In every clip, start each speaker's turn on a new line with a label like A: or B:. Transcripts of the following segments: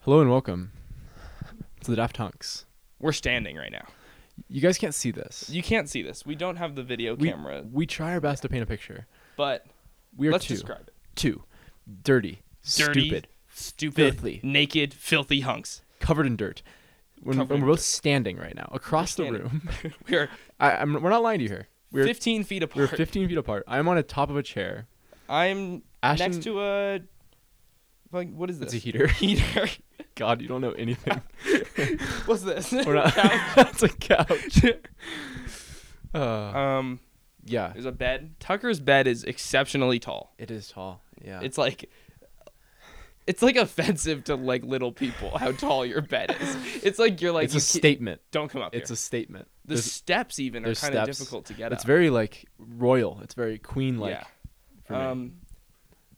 A: Hello and welcome to the Daft Hunks.
B: We're standing right now.
A: You guys can't see this.
B: You can't see this. We don't have the video
A: we,
B: camera,
A: We try our best to paint a picture.
B: but
A: We are
B: let's
A: two,
B: describe it.
A: two, dirty,
B: Dirty,
A: stupid,
B: stupid,
A: filthy.
B: naked, filthy hunks.
A: covered in dirt. When,
B: Covered
A: when
B: in
A: we're both standing right now across the
B: standing.
A: room.
B: We are
A: I, I'm, we're not lying to you here. We're
B: 15 feet
A: we're
B: apart.
A: 15 feet apart. I'm on the top of a chair.
B: I'm
A: Ashton,
B: next to a like what is this?
A: it's a heater.
B: heater.
A: God, you don't know anything.
B: What's this?
A: we're not. it's
B: Couch.
A: a couch. Uh,
B: um,
A: yeah,
B: there's a bed. Tucker's bed is exceptionally tall.
A: it is tall. Yeah,
B: It's like it's like offensive to like little people how tall your bed is. It's like you're like
A: it's
B: you
A: a
B: can't-
A: statement.
B: don't come up
A: It's
B: here.
A: a statement.
B: the
A: There's-
B: steps even are
A: there's
B: kind of
A: steps.
B: difficult to get
A: it's
B: up.
A: very like royal. It's very queen like
B: Yeah.
A: for me,
B: um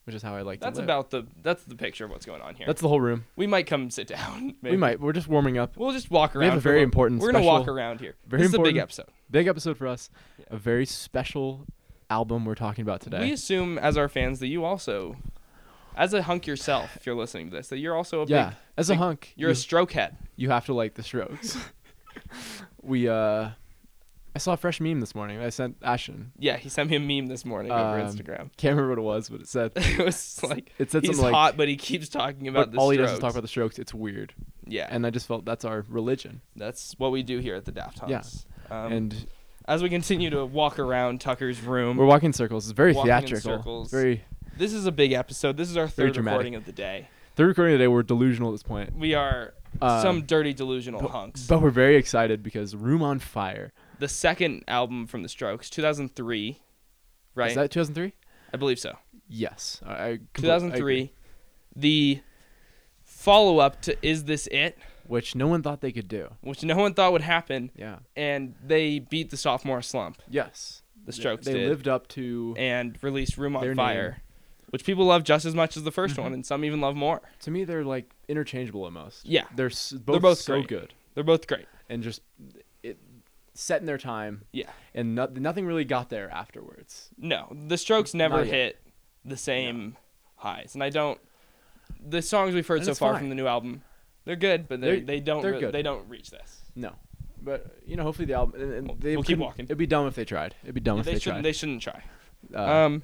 A: which is how I like. to
B: that's
A: live.
B: about the that's the picture of what's going on here.
A: That's the whole room.
B: we might come sit down. Maybe.
A: We might. We're just warming up.
B: We'll just walk around.
A: We have a
B: for
A: very
B: little-
A: important.
B: We're
A: special,
B: gonna walk around here.
A: Very
B: this is a big
A: important
B: episode.
A: Big episode for us.
B: Yeah.
A: A very special album we're talking about today.
B: We assume as our fans that you also, as a hunk yourself, if you're listening to this, that you're also a
A: yeah,
B: big.
A: as a
B: big-
A: hunk,
B: You're
A: you,
B: a stroke head.
A: you have to like the Strokes. we uh, I saw a fresh meme this morning. that I sent Ashton.
B: Yeah, he sent me a meme this morning over
A: Um,
B: Instagram.
A: Can't remember what it was, but it said
B: it was like
A: it said
B: he's
A: something like
B: hot, but he keeps talking
A: but
B: about the
A: all he
B: strokes.
A: does is talk about the Strokes. It's weird,
B: yeah,
A: and I just felt that's our religion.
B: that's what we do here at the Daft
A: Yeah.
B: Hunks. Um,
A: and
B: as we continue to walk around Tucker's room,
A: we're walking in circles. It's very
B: um, walking in
A: theatrical.
B: circles.
A: Very
B: this is a big episode. This is our
A: Very
B: third
A: dramatic.
B: recording of the day.
A: third recording today. We're delusional at this point,
B: We are
A: Uh,
B: some dirty delusional
A: but-
B: hunks.
A: but we're very excited because Room on Fire.
B: the second album from the Strokes, 2003, right?
A: Is that 2003?
B: I believe so.
A: Yes. I, I completely- I agree.
B: 2003. The follow up to Is This It,
A: which no one thought they could do.
B: which no one thought would happen,
A: Yeah.
B: and they beat the sophomore slump,
A: Yes.
B: the Strokes
A: They
B: did,
A: lived up to.
B: and released Room on
A: their name. Mm-hmm.
B: Fire, which people love just as much as the 1st one, and some even love more.
A: To me, they're like interchangeable almost.
B: Yeah.
A: They're s- both,
B: both
A: so
B: great.
A: good
B: They're both great.
A: and just it set in their time
B: Yeah.
A: and no- nothing really got there afterwards.
B: No, the Strokes never
A: Not yet.
B: hit the same highs, and I don't. The songs we've heard
A: And
B: so
A: it's
B: far
A: fine.
B: from the new album, they're good, but they
A: They're-
B: they don't
A: they're
B: re-
A: good.
B: they don't reach this.
A: No. But you know, hopefully the album. And, and
B: We'll-
A: they
B: we'll keep
A: couldn't-
B: walking.
A: It'd be dumb if they tried. It'd be dumb if
B: they,
A: they,
B: shouldn't
A: tried.
B: they shouldn't try.
A: uh,
B: um,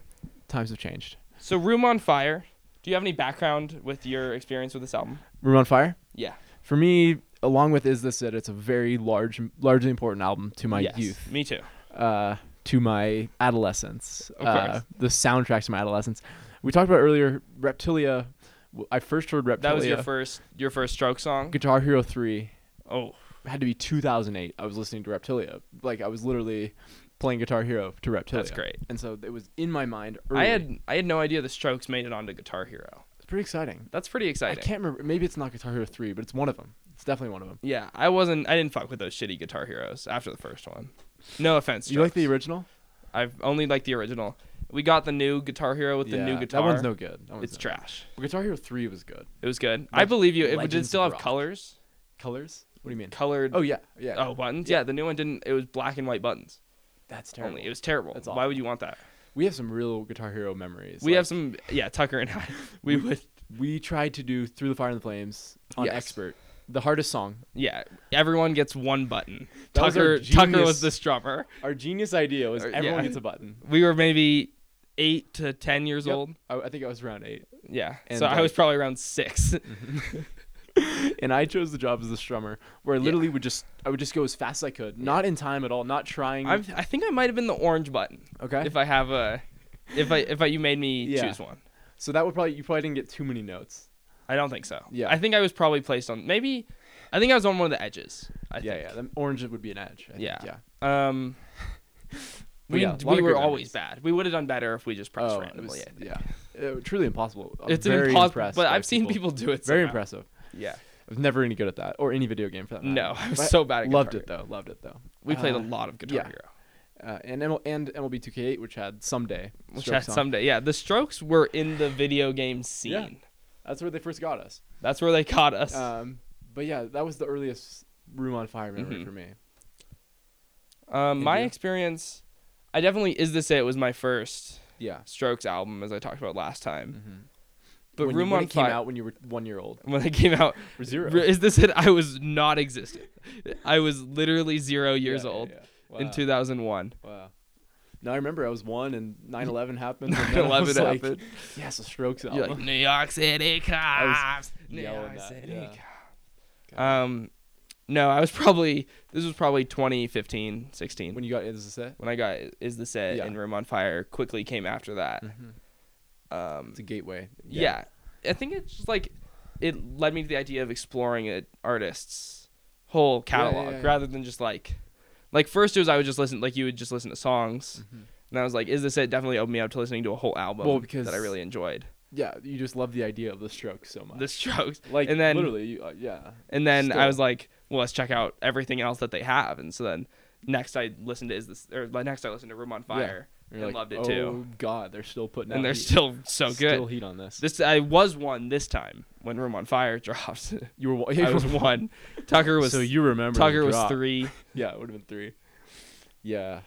A: times have changed.
B: so Room on Fire. Do you have any background with your experience with this album?
A: Room on Fire.
B: Yeah.
A: For me, along with Is This It, it's a very large, largely important album to my
B: Yes.
A: youth.
B: Me too.
A: uh, to my adolescence.
B: Of
A: uh,
B: course.
A: the soundtracks to my adolescence. We talked about earlier Reptilia. W- I first heard Reptilia.
B: That was your first your first stroke song.
A: Guitar Hero 3
B: Oh,
A: had to be 2008. I was listening to Reptilia. Like I was literally playing Guitar Hero to Reptilia.
B: that's great.
A: And so it was in my mind early.
B: I had I had no idea the Strokes made it onto Guitar Hero.
A: it's pretty exciting.
B: That's pretty
A: I
B: exciting.
A: can't remember. Maybe it's not Guitar Hero 3, but it's one of them. It's definitely one of them.
B: yeah, I wasn't. I didn't fuck with those shitty Guitar Heroes after the first one. No offense.
A: You like the
B: Strokes.
A: original?
B: I've only liked the original. We got the new Guitar Hero with the
A: Yeah,
B: new guitar.
A: That one's no good. That one's
B: it's
A: no
B: trash.
A: Good. Guitar Hero 3 was good.
B: It was good. I
A: Leg-
B: believe you. It did
A: Legends
B: still
A: of
B: have
A: Rock.
B: colors,
A: Colors? What do you mean?
B: colored.
A: Oh yeah, yeah.
B: oh, buttons. Yeah. the new one didn't. It was black and white buttons
A: that's terrible.
B: only. It was terrible.
A: That's
B: Why
A: awful.
B: would you want that?
A: We have some real Guitar Hero memories.
B: we
A: Like,
B: have some. Yeah, Tucker and I. We would.
A: We tried to do Through the Fire and the Flames on
B: Yes.
A: Expert, the hardest song.
B: Yeah, everyone gets one button.
A: That was
B: Tucker.
A: our
B: Tucker
A: genius-
B: was the drummer.
A: Our genius idea was
B: Or-
A: everyone
B: Uh, yeah.
A: gets a button.
B: We were maybe eight to ten years
A: Yep.
B: old.
A: I, I think I was around eight,
B: Yeah.
A: And, uh,
B: so I was
A: like-
B: probably around six.
A: and I chose the job as the strummer, where I literally would just I would just go as fast as I could, not in time at all, not trying.
B: I've, I think I might have been the orange button.
A: okay,
B: If I have a, if I if I you made me
A: Yeah.
B: choose one.
A: so that would probably you probably didn't get too many notes.
B: I don't think so.
A: Yeah.
B: I think I was probably placed on maybe I think I was on one of the edges. I
A: yeah,
B: think.
A: yeah. The orange would be an edge. I think,
B: Yeah.
A: yeah.
B: yeah. Um
A: But
B: we,
A: yeah, a lot of
B: we
A: good
B: were
A: memories.
B: always bad. We would have done better if we just pressed
A: Oh, it
B: randomly.
A: was-
B: I think.
A: yeah. Uh, truly impossible. I'm
B: It's
A: very
B: an impossible,
A: impressed
B: but
A: by
B: I've seen people do it.
A: Very
B: somehow.
A: impressive.
B: Yeah.
A: I was never any good at that, or any video game for that.
B: No,
A: matter.
B: I was
A: But
B: so bad at
A: loved
B: Guitar
A: it though. Loved it though.
B: We played a
A: Uh,
B: lot of Guitar
A: yeah.
B: Hero,
A: uh, and ML- and MLB 2K8, which had someday,
B: which
A: Strokes
B: had
A: on.
B: someday. Yeah, the Strokes were in the video game scene.
A: Yeah. That's where they first got us.
B: That's where they caught us.
A: Um, but yeah, that was the earliest Room on Fire memory
B: Mhm.
A: for me.
B: um, my
A: Andrew?
B: experience, I definitely is this it was my first
A: Yeah.
B: Strokes album as I talked about last time.
A: Mm-hmm.
B: But
A: when
B: Room
A: you, when
B: on
A: it came
B: Fire-
A: out when you were one year old
B: when I came out,
A: or zero.
B: r- is this it? I was not existent. I was literally zero years
A: Yeah, yeah,
B: old
A: yeah.
B: in
A: Wow,
B: 2001.
A: Wow. Now I remember I was one and 9/11 happened. and then I
B: 9/11
A: was like,
B: happened.
A: Yes, a Strokes
B: You're
A: album.
B: like New York City cops. New
A: yelling
B: York
A: that,
B: City
A: yeah.
B: cops. Um, no, I was probably this was probably 2015, 16
A: when you got into the set,
B: when I got is the set
A: Yeah.
B: and Room on Fire quickly came after that.
A: Mhm.
B: Um,
A: it's a gateway.
B: yeah. I think it's just like it led me to the idea of exploring an artist's whole
A: Yeah, yeah,
B: catalog
A: yeah, yeah.
B: rather than just like like first it was I would just listen like you would just listen to songs. And I was like, is this it? Definitely opened me up to listening to a whole album
A: Mm-hmm. Well, because-
B: that I really enjoyed.
A: yeah. You just love the idea of the Strokes so much.
B: The Strokes.
A: like
B: and then
A: literally, you, uh, yeah.
B: And then I
A: Still.
B: was like, well, let's check out everything else that they have. And so then next I listened to is this or like, next I listened to Room on Fire
A: And
B: and
A: you're like,
B: loved it
A: oh,
B: too.
A: God, they're still putting out
B: and they're
A: heat.
B: still so good.
A: Still heat on this.
B: this I was one this time when Room on Fire dropped.
A: You were
B: I was one. Tucker was
A: so you remember
B: Tucker
A: the
B: was
A: drop.
B: three.
A: Yeah, it would have been three. Yeah.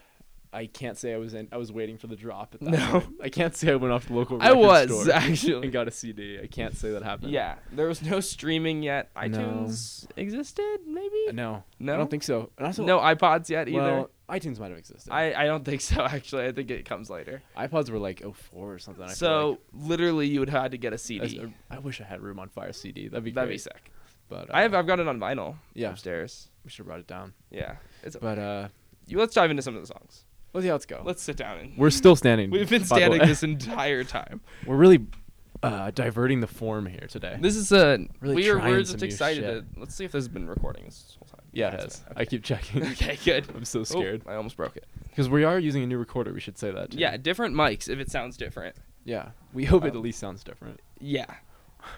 A: I can't say I was in. I was waiting for the drop. At that
B: No.
A: point. I can't say I went off to the local.
B: I
A: record
B: was
A: store and
B: actually.
A: got a CD. I can't say that happened.
B: Yeah, there was no streaming yet.
A: No.
B: iTunes existed maybe.
A: No,
B: No,
A: I don't think so. And also,
B: no iPods yet either.
A: well, iTunes might have existed.
B: I, I don't think so actually. I think it comes later.
A: iPods were like 04 or something. I feel
B: so
A: like.
B: literally, you would have had to get a
A: That's-
B: CD.
A: I wish I had Room on Fire CD. That'd be
B: That'd
A: great.
B: be sick.
A: But uh,
B: I have I've got it on vinyl
A: Yeah,
B: upstairs.
A: we should have brought it down.
B: Yeah, it's
A: But uh,
B: you. Let's dive into some of the songs.
A: let's yeah, let's go.
B: Let's sit down and
A: We're still standing.
B: we've been
A: by the
B: standing
A: way.
B: this entire time.
A: We're really uh, diverting the form here today.
B: This is a
A: uh, Really
B: we are,
A: trying
B: we're
A: some
B: just
A: new
B: excited.
A: shit.
B: To, let's see if this has been recording this whole time.
A: yeah, it
B: That's
A: has.
B: been-
A: I keep checking
B: Okay, good.
A: I'm so
B: Oh,
A: scared
B: I almost broke it.
A: because we are using a new recorder. We should say that. Too.
B: Yeah, different mics if it sounds different.
A: yeah. We hope it
B: Um,
A: at least sounds different.
B: Yeah.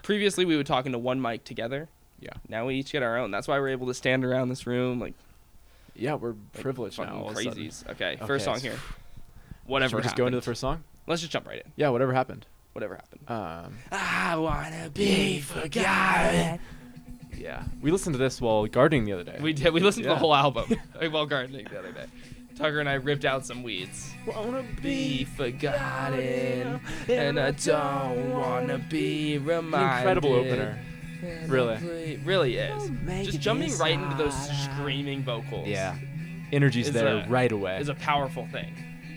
B: Previously we would talk into one mic together.
A: Yeah.
B: Now we each get our own. That's why we're able to stand around this room like
A: Yeah, we're
B: like
A: privileged
B: fucking
A: now. all of a sudden.
B: crazies. Okay,
A: Okay,
B: first song
A: so-
B: here.
A: Should
B: Whatever.
A: we just go into the
B: happened.
A: first song.
B: Let's just jump right in.
A: Yeah, whatever happened.
B: Whatever happened.
A: Um,
B: I wanna be forgotten.
A: yeah, we listened to this while gardening the other day.
B: We did. We listened to
A: Yeah.
B: the whole album like, while gardening the other day. Tucker and I ripped out some weeds.
A: wanna
B: be forgotten, and I don't wanna be reminded.
A: An incredible opener. Really.
B: It really is.
C: make
B: Just
C: it
B: jumping
C: this
B: right into those
C: hard.
B: screaming vocals.
A: Yeah. Energy's
B: Is
A: there
B: a-
A: right away.
B: is a powerful thing.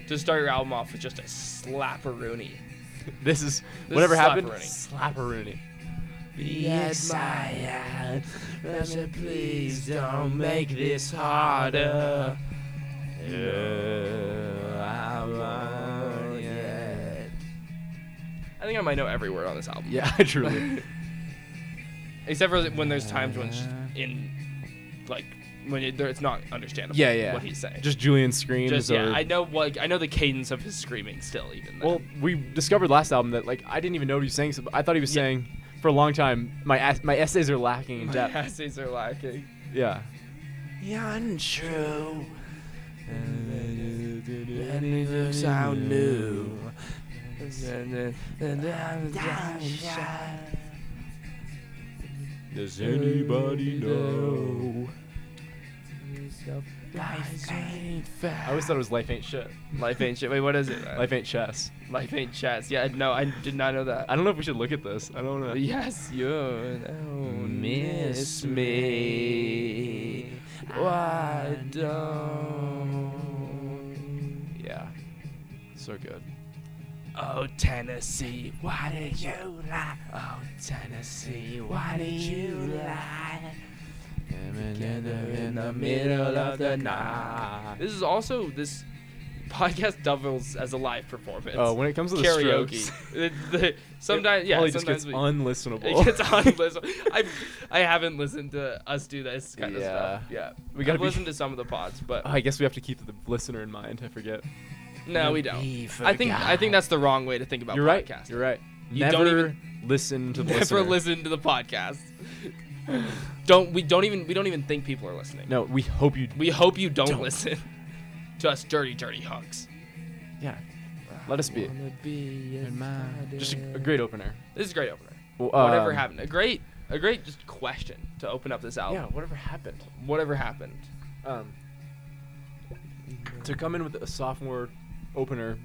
B: To start your album off with just a slapperoonie.
A: this is
B: This
A: whatever
B: is
A: happened. Slapperoonie.
B: slapperoonie. Be excited, but please don't make this harder. I think I might know every word on this album.
A: Yeah, I truly.
B: Except for when there's times when it's just in, like, when it, there- it's not understandable.
A: Yeah, yeah.
B: What he's saying.
A: Just Julian screams.
B: Just,
A: or-
B: yeah. I know what I know the cadence of his screaming still. Even then.
A: Well, we discovered last album that like I didn't even know what he was saying. So I thought he was
B: Yeah.
A: saying for a long time. My ass- my essays are lacking in
B: my
A: depth.
B: essays are lacking.
A: Yeah.
C: Untrue.
A: Does
B: anybody know?
C: Life ain't
A: I always thought it was life ain't shit.
B: Life ain't shit. Wait, what is it? man?
A: Life ain't chess.
B: Life ain't chess. Yeah, no, I did not know that.
A: I don't know if we should look at this. I don't know.
B: Yes, you don't miss
C: miss
B: me.
C: me.
B: Why
C: Why
B: don't?
A: Yeah. So good.
B: Oh Tennessee, why did you?
C: You lie.
B: Oh Tennessee,
C: Why
B: why
C: do
B: did
C: you
B: you?
C: lie?
A: Together
B: in the middle of the night. This is also this podcast doubles as a live performance.
A: Oh, when it comes to the
B: karaoke.
A: Strokes,
B: The- the- sometimes,
A: it
B: yeah,
A: probably just
B: sometimes
A: gets
B: we,
A: unlistenable.
B: it gets unlistenable. I I haven't listened to us do this kind of stuff. Yeah,
A: We gotta
B: I've
A: be-
B: listened to some of the pods, but
A: Oh, I guess we have to keep the listener in mind. I forget.
B: no, we don't. I think I think that's the wrong way to think about
A: You're right.
B: podcasting.
A: You're right.
B: You
A: Never
B: don't
A: listen to the
B: Never
A: listener.
B: listen to the podcast. don't we don't even we don't even think people are listening.
A: No, we hope you.
B: We hope you don't,
A: Don't.
B: listen to us dirty, dirty hunks.
A: Yeah. Let us be. Just a, a great opener.
B: This is a great opener.
A: Well,
B: whatever
A: um,
B: happened. A great a great just question to open up this album.
A: Yeah, whatever happened.
B: Whatever happened.
A: Um, to come in with a sophomore opener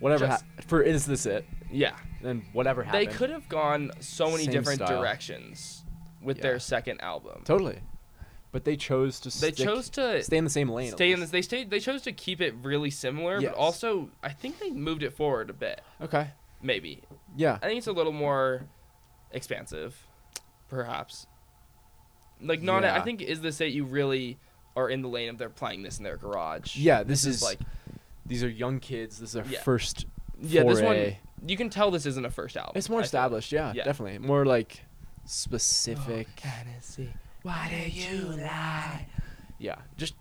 A: whatever.
B: Just-
A: hap- for is this it?
B: Yeah.
A: Then whatever
B: They
A: happened.
B: could have gone so many
A: Same
B: different
A: style.
B: directions with
A: Yeah.
B: their second album.
A: totally, but they chose to.
B: They
A: stick-
B: chose to
A: stay in the same lane. at
B: stay in
A: least.
B: this. They stayed. They chose to keep it really similar,
A: Yes.
B: but also I think they moved it forward a bit.
A: Okay.
B: Maybe
A: Yeah.
B: I think it's a little more expansive, perhaps. Like not. I
A: Yeah.
B: think is this it? You really are in the lane of they're playing this in their garage.
A: Yeah. This, is
B: This is like
A: these are young kids. This is their
B: Yeah.
A: first.
B: yeah. This one
A: foray.
B: you can tell this isn't a first album.
A: It's more
B: I feel.
A: established. Yeah,
B: Yeah.
A: Definitely more like
C: Oh,
A: specific.
B: Oh, Tennessee.
C: Why do you lie?
A: yeah. Just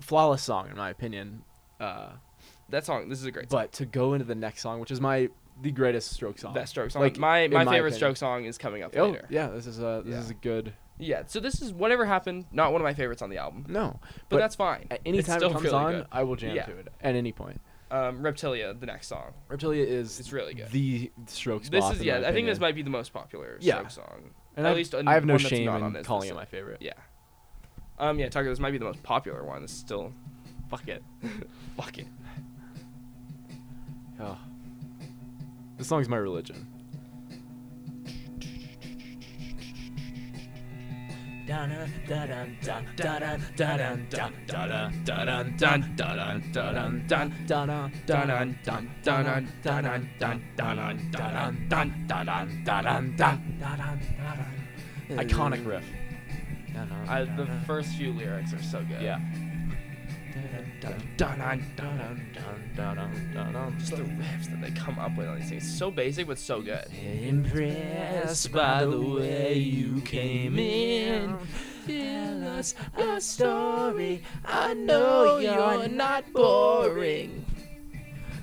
A: flawless song in my opinion. Uh,
B: That song. This is a great. song.
A: but to go into the next song, which is my the greatest stroke song.
B: That stroke song.
A: Like,
B: my
A: in
B: my
A: my
B: favorite
A: opinion.
B: stroke song is coming up
A: Oh
B: later.
A: yeah, this is a this
B: Yeah.
A: is a good
B: Yeah, so this is whatever happened. Not one of my favorites on the album, but,
A: no.
B: that's fine.
A: at any
B: It's
A: time it
B: still
A: comes
B: really
A: on,
B: good.
A: I will jam
B: Yeah.
A: to it at any point.
B: Um, Reptilia, the next song.
A: Reptilia is
B: It's really good.
A: the Strokes.
B: This
A: bop,
B: is
A: in
B: yeah.
A: my
B: I think this
A: opinion.
B: might be the most popular
A: Yeah.
B: Stroke song.
A: And
B: at
A: I,
B: least an-
A: I have no
B: one that's
A: shame
B: not on
A: in
B: this
A: calling it
B: list.
A: my favorite.
B: Yeah. Um, yeah, Tucker, this might be the most popular one. It's still
A: Fuck it.
B: fuck it.
A: Oh. This song's my religion.
C: Dun dun dun dun dun dun dun dun dun dun dun dun dun dun dun dun dun dun dun dun dun dun dun dun
A: Iconic riff.
B: I, the first few lyrics are so good.
A: Yeah.
B: Just the riffs that they come up with on these things. So basic, but so good.
C: Impressed by the way you came in. Tell us a story. I know you're not boring.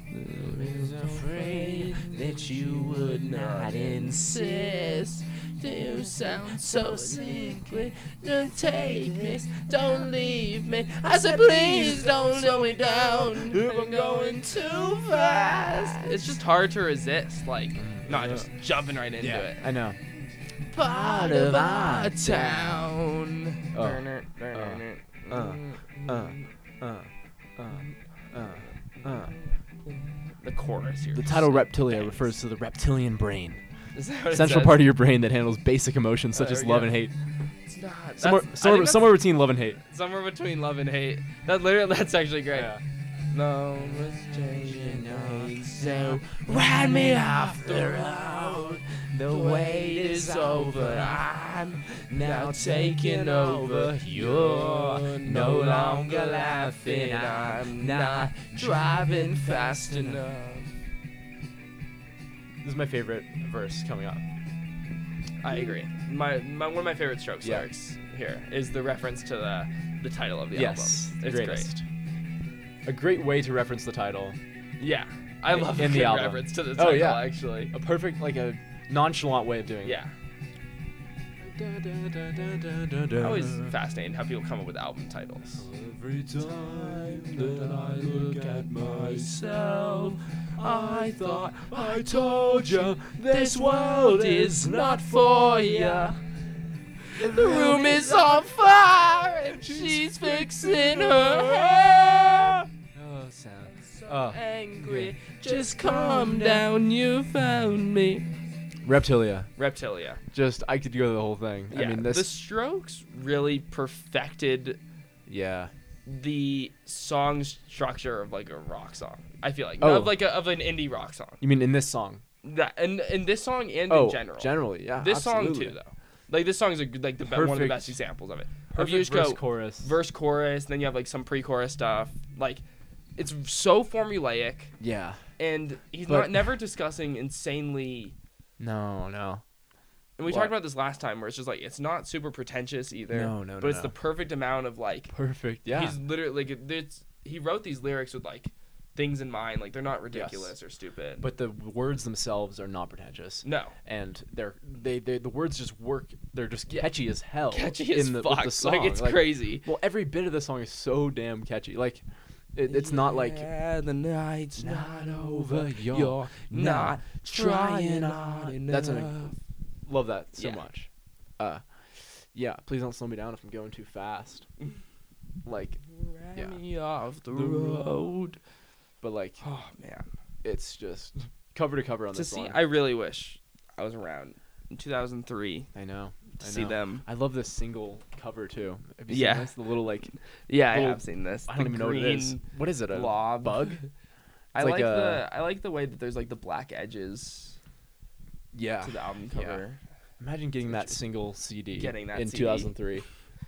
C: I was afraid that you would not insist. You sound so sickly. Don't take me, don't leave me. I said, please don't slow me down. I'm going too fast.
B: It's just hard to resist, like not just jumping right into it.
A: I know.
C: Part of our town.
B: town.
A: Oh.
B: Uh,
A: Uh, Uh, uh, uh, uh, uh.
B: the chorus here.
A: The
B: is
A: title
B: so
A: Reptilia
B: bad.
A: refers to the reptilian brain,
B: Is that what it
A: central
B: says?
A: part of your brain that handles basic emotions
B: Oh,
A: such
B: there
A: as
B: we
A: love
B: go.
A: and hate.
B: It's not.
A: Somewhere,
B: That's- I
A: somewhere,
B: think
A: somewhere between love and hate.
B: that's somewhere between love and hate. That literally, that's actually great.
A: Yeah.
B: No, it's changing us.
C: So ride me off the road. The wait is over. I'm now taking over. You're no longer laughing. I'm not driving fast enough.
A: This is my favorite verse coming up.
B: I agree. My, my one of my favorite Strokes
A: Yeah.
B: lyrics here is the reference to the the title of the
A: yes,
B: album.
A: the
B: it's
A: greatest. A great way to reference the title.
B: great. Yeah, I love
A: in
B: the
A: the album.
B: reference to the
A: Oh,
B: title.
A: yeah.
B: actually.
A: A perfect, like a nonchalant way of doing
B: Yeah,
A: it.
B: I'm always fascinated how people come up with album titles.
C: Every time that I look at myself, I thought I told you this world is not for ya. The room is on fire and she's fixing her hair.
A: Oh, sounds. Oh,
C: Angry, just calm down, you found me.
A: Reptilia.
B: Reptilia.
A: Just I could go the whole thing.
B: Yeah,
A: I mean
B: the
A: this.
B: Strokes really perfected
A: Yeah.
B: the song structure of like a rock song. I feel like
A: Oh.
B: of like a, of an indie rock song.
A: You mean in this song?
B: That and and this song and
A: oh,
B: in general.
A: Generally, yeah.
B: this
A: absolutely.
B: song too though. Like this song is a, good- like the be- one of the
A: Perfect-
B: best examples of it. If
A: Perfect
B: you just
A: verse,
B: go
A: chorus.
B: verse chorus, then you have like some pre-chorus stuff. Like it's so formulaic
A: Yeah.
B: and he's
A: But-
B: not never discussing insanely
A: No, no.
B: and we
A: What?
B: talked about this last time where it's just like it's not super pretentious either.
A: No, no, no,
B: But it's
A: no.
B: the perfect amount of like
A: Perfect. Yeah.
B: He's literally like it's, he wrote these lyrics with like things in mind, like they're not ridiculous or stupid.
A: but the words themselves are not pretentious.
B: no,
A: And they're they, they the words just work. They're just
B: Yeah.
A: catchy as hell.
B: catchy
A: in
B: as
A: the, with
B: fuck.
A: the song.
B: Like it's crazy.
A: Well, every bit of the song is so damn catchy. Like, it, it's not like
B: yeah, the night's
A: not over. You're,
B: not
A: not
B: trying
C: trying
B: hard
C: hard
B: enough.
A: That's an- love that so
B: Yeah.
A: much. Uh, yeah. Please don't slow me down if I'm going too fast. like, yeah.
B: me off the
A: The road.
B: road.
A: but like
B: Oh man,
A: it's just cover to cover on
B: to
A: this
B: see,
A: one.
B: I really wish I was around in 2003
A: I know.
B: to
A: I
B: see
A: know.
B: them.
A: I love this single cover too. Have you
B: Yeah.
A: seen this? The little like
B: Yeah, I
A: Little-
B: have seen this.
A: I don't
B: The
A: even know what it is.
B: green
A: What is it? A
B: blob.
A: bug?
B: I
A: It's
B: like,
A: like a-
B: the I like the way that there's like the black edges
A: Yeah.
B: to the album
A: Ah, yeah.
B: cover.
A: Imagine getting that single CD
B: Getting that
A: in
B: CD.
A: 2003.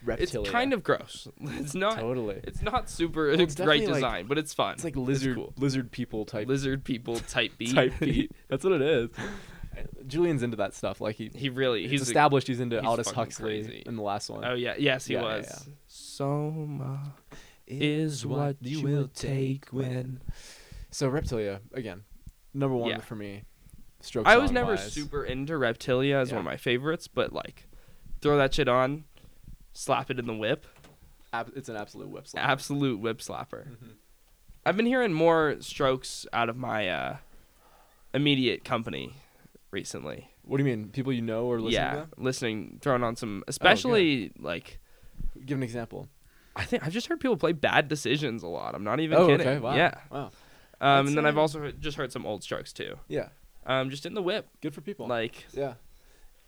A: Reptilia.
B: It's kind of gross. It's not.
A: totally.
B: It's not super
A: it's
B: great
A: definitely, like-
B: design, but it's fun.
A: It's like lizard
B: cool.
A: lizard people type
B: lizard people type B.
A: type beat. That's what it is. Uh, Julian's into that stuff. Like he,
B: he really
A: he's
B: he's a-
A: established he's into
B: he's
A: Aldous
B: fucking
A: Huxley
B: crazy.
A: in the last one.
B: Oh yeah, yes he
A: Yeah, yeah,
B: was.
A: yeah.
B: Soma is what you will take when.
A: So Reptilia again, number one
B: Yeah.
A: for me. Stroke.
B: I was
A: song
B: never
A: wise.
B: super into Reptilia as one of
A: Yeah.
B: my favorites, but like, throw that shit on, slap it in the whip,
A: Ab- it's an absolute whip slap.
B: absolute whip slapper. I've been hearing more strokes out of my uh, immediate company recently.
A: what do you mean? People you know or listen
B: yeah,
A: to?
B: listening, throwing on some, especially like
A: Them? Give an example.
B: I think I've just heard people play bad decisions a lot. I'm not even
A: oh,
B: kidding.
A: okay. Wow.
B: Yeah.
A: Wow.
B: Um,
A: That's,
B: and then I've
A: uh,
B: also heard, just heard some old strokes too.
A: Yeah.
B: Um, just in the whip,
A: Good for people.
B: like
A: yeah.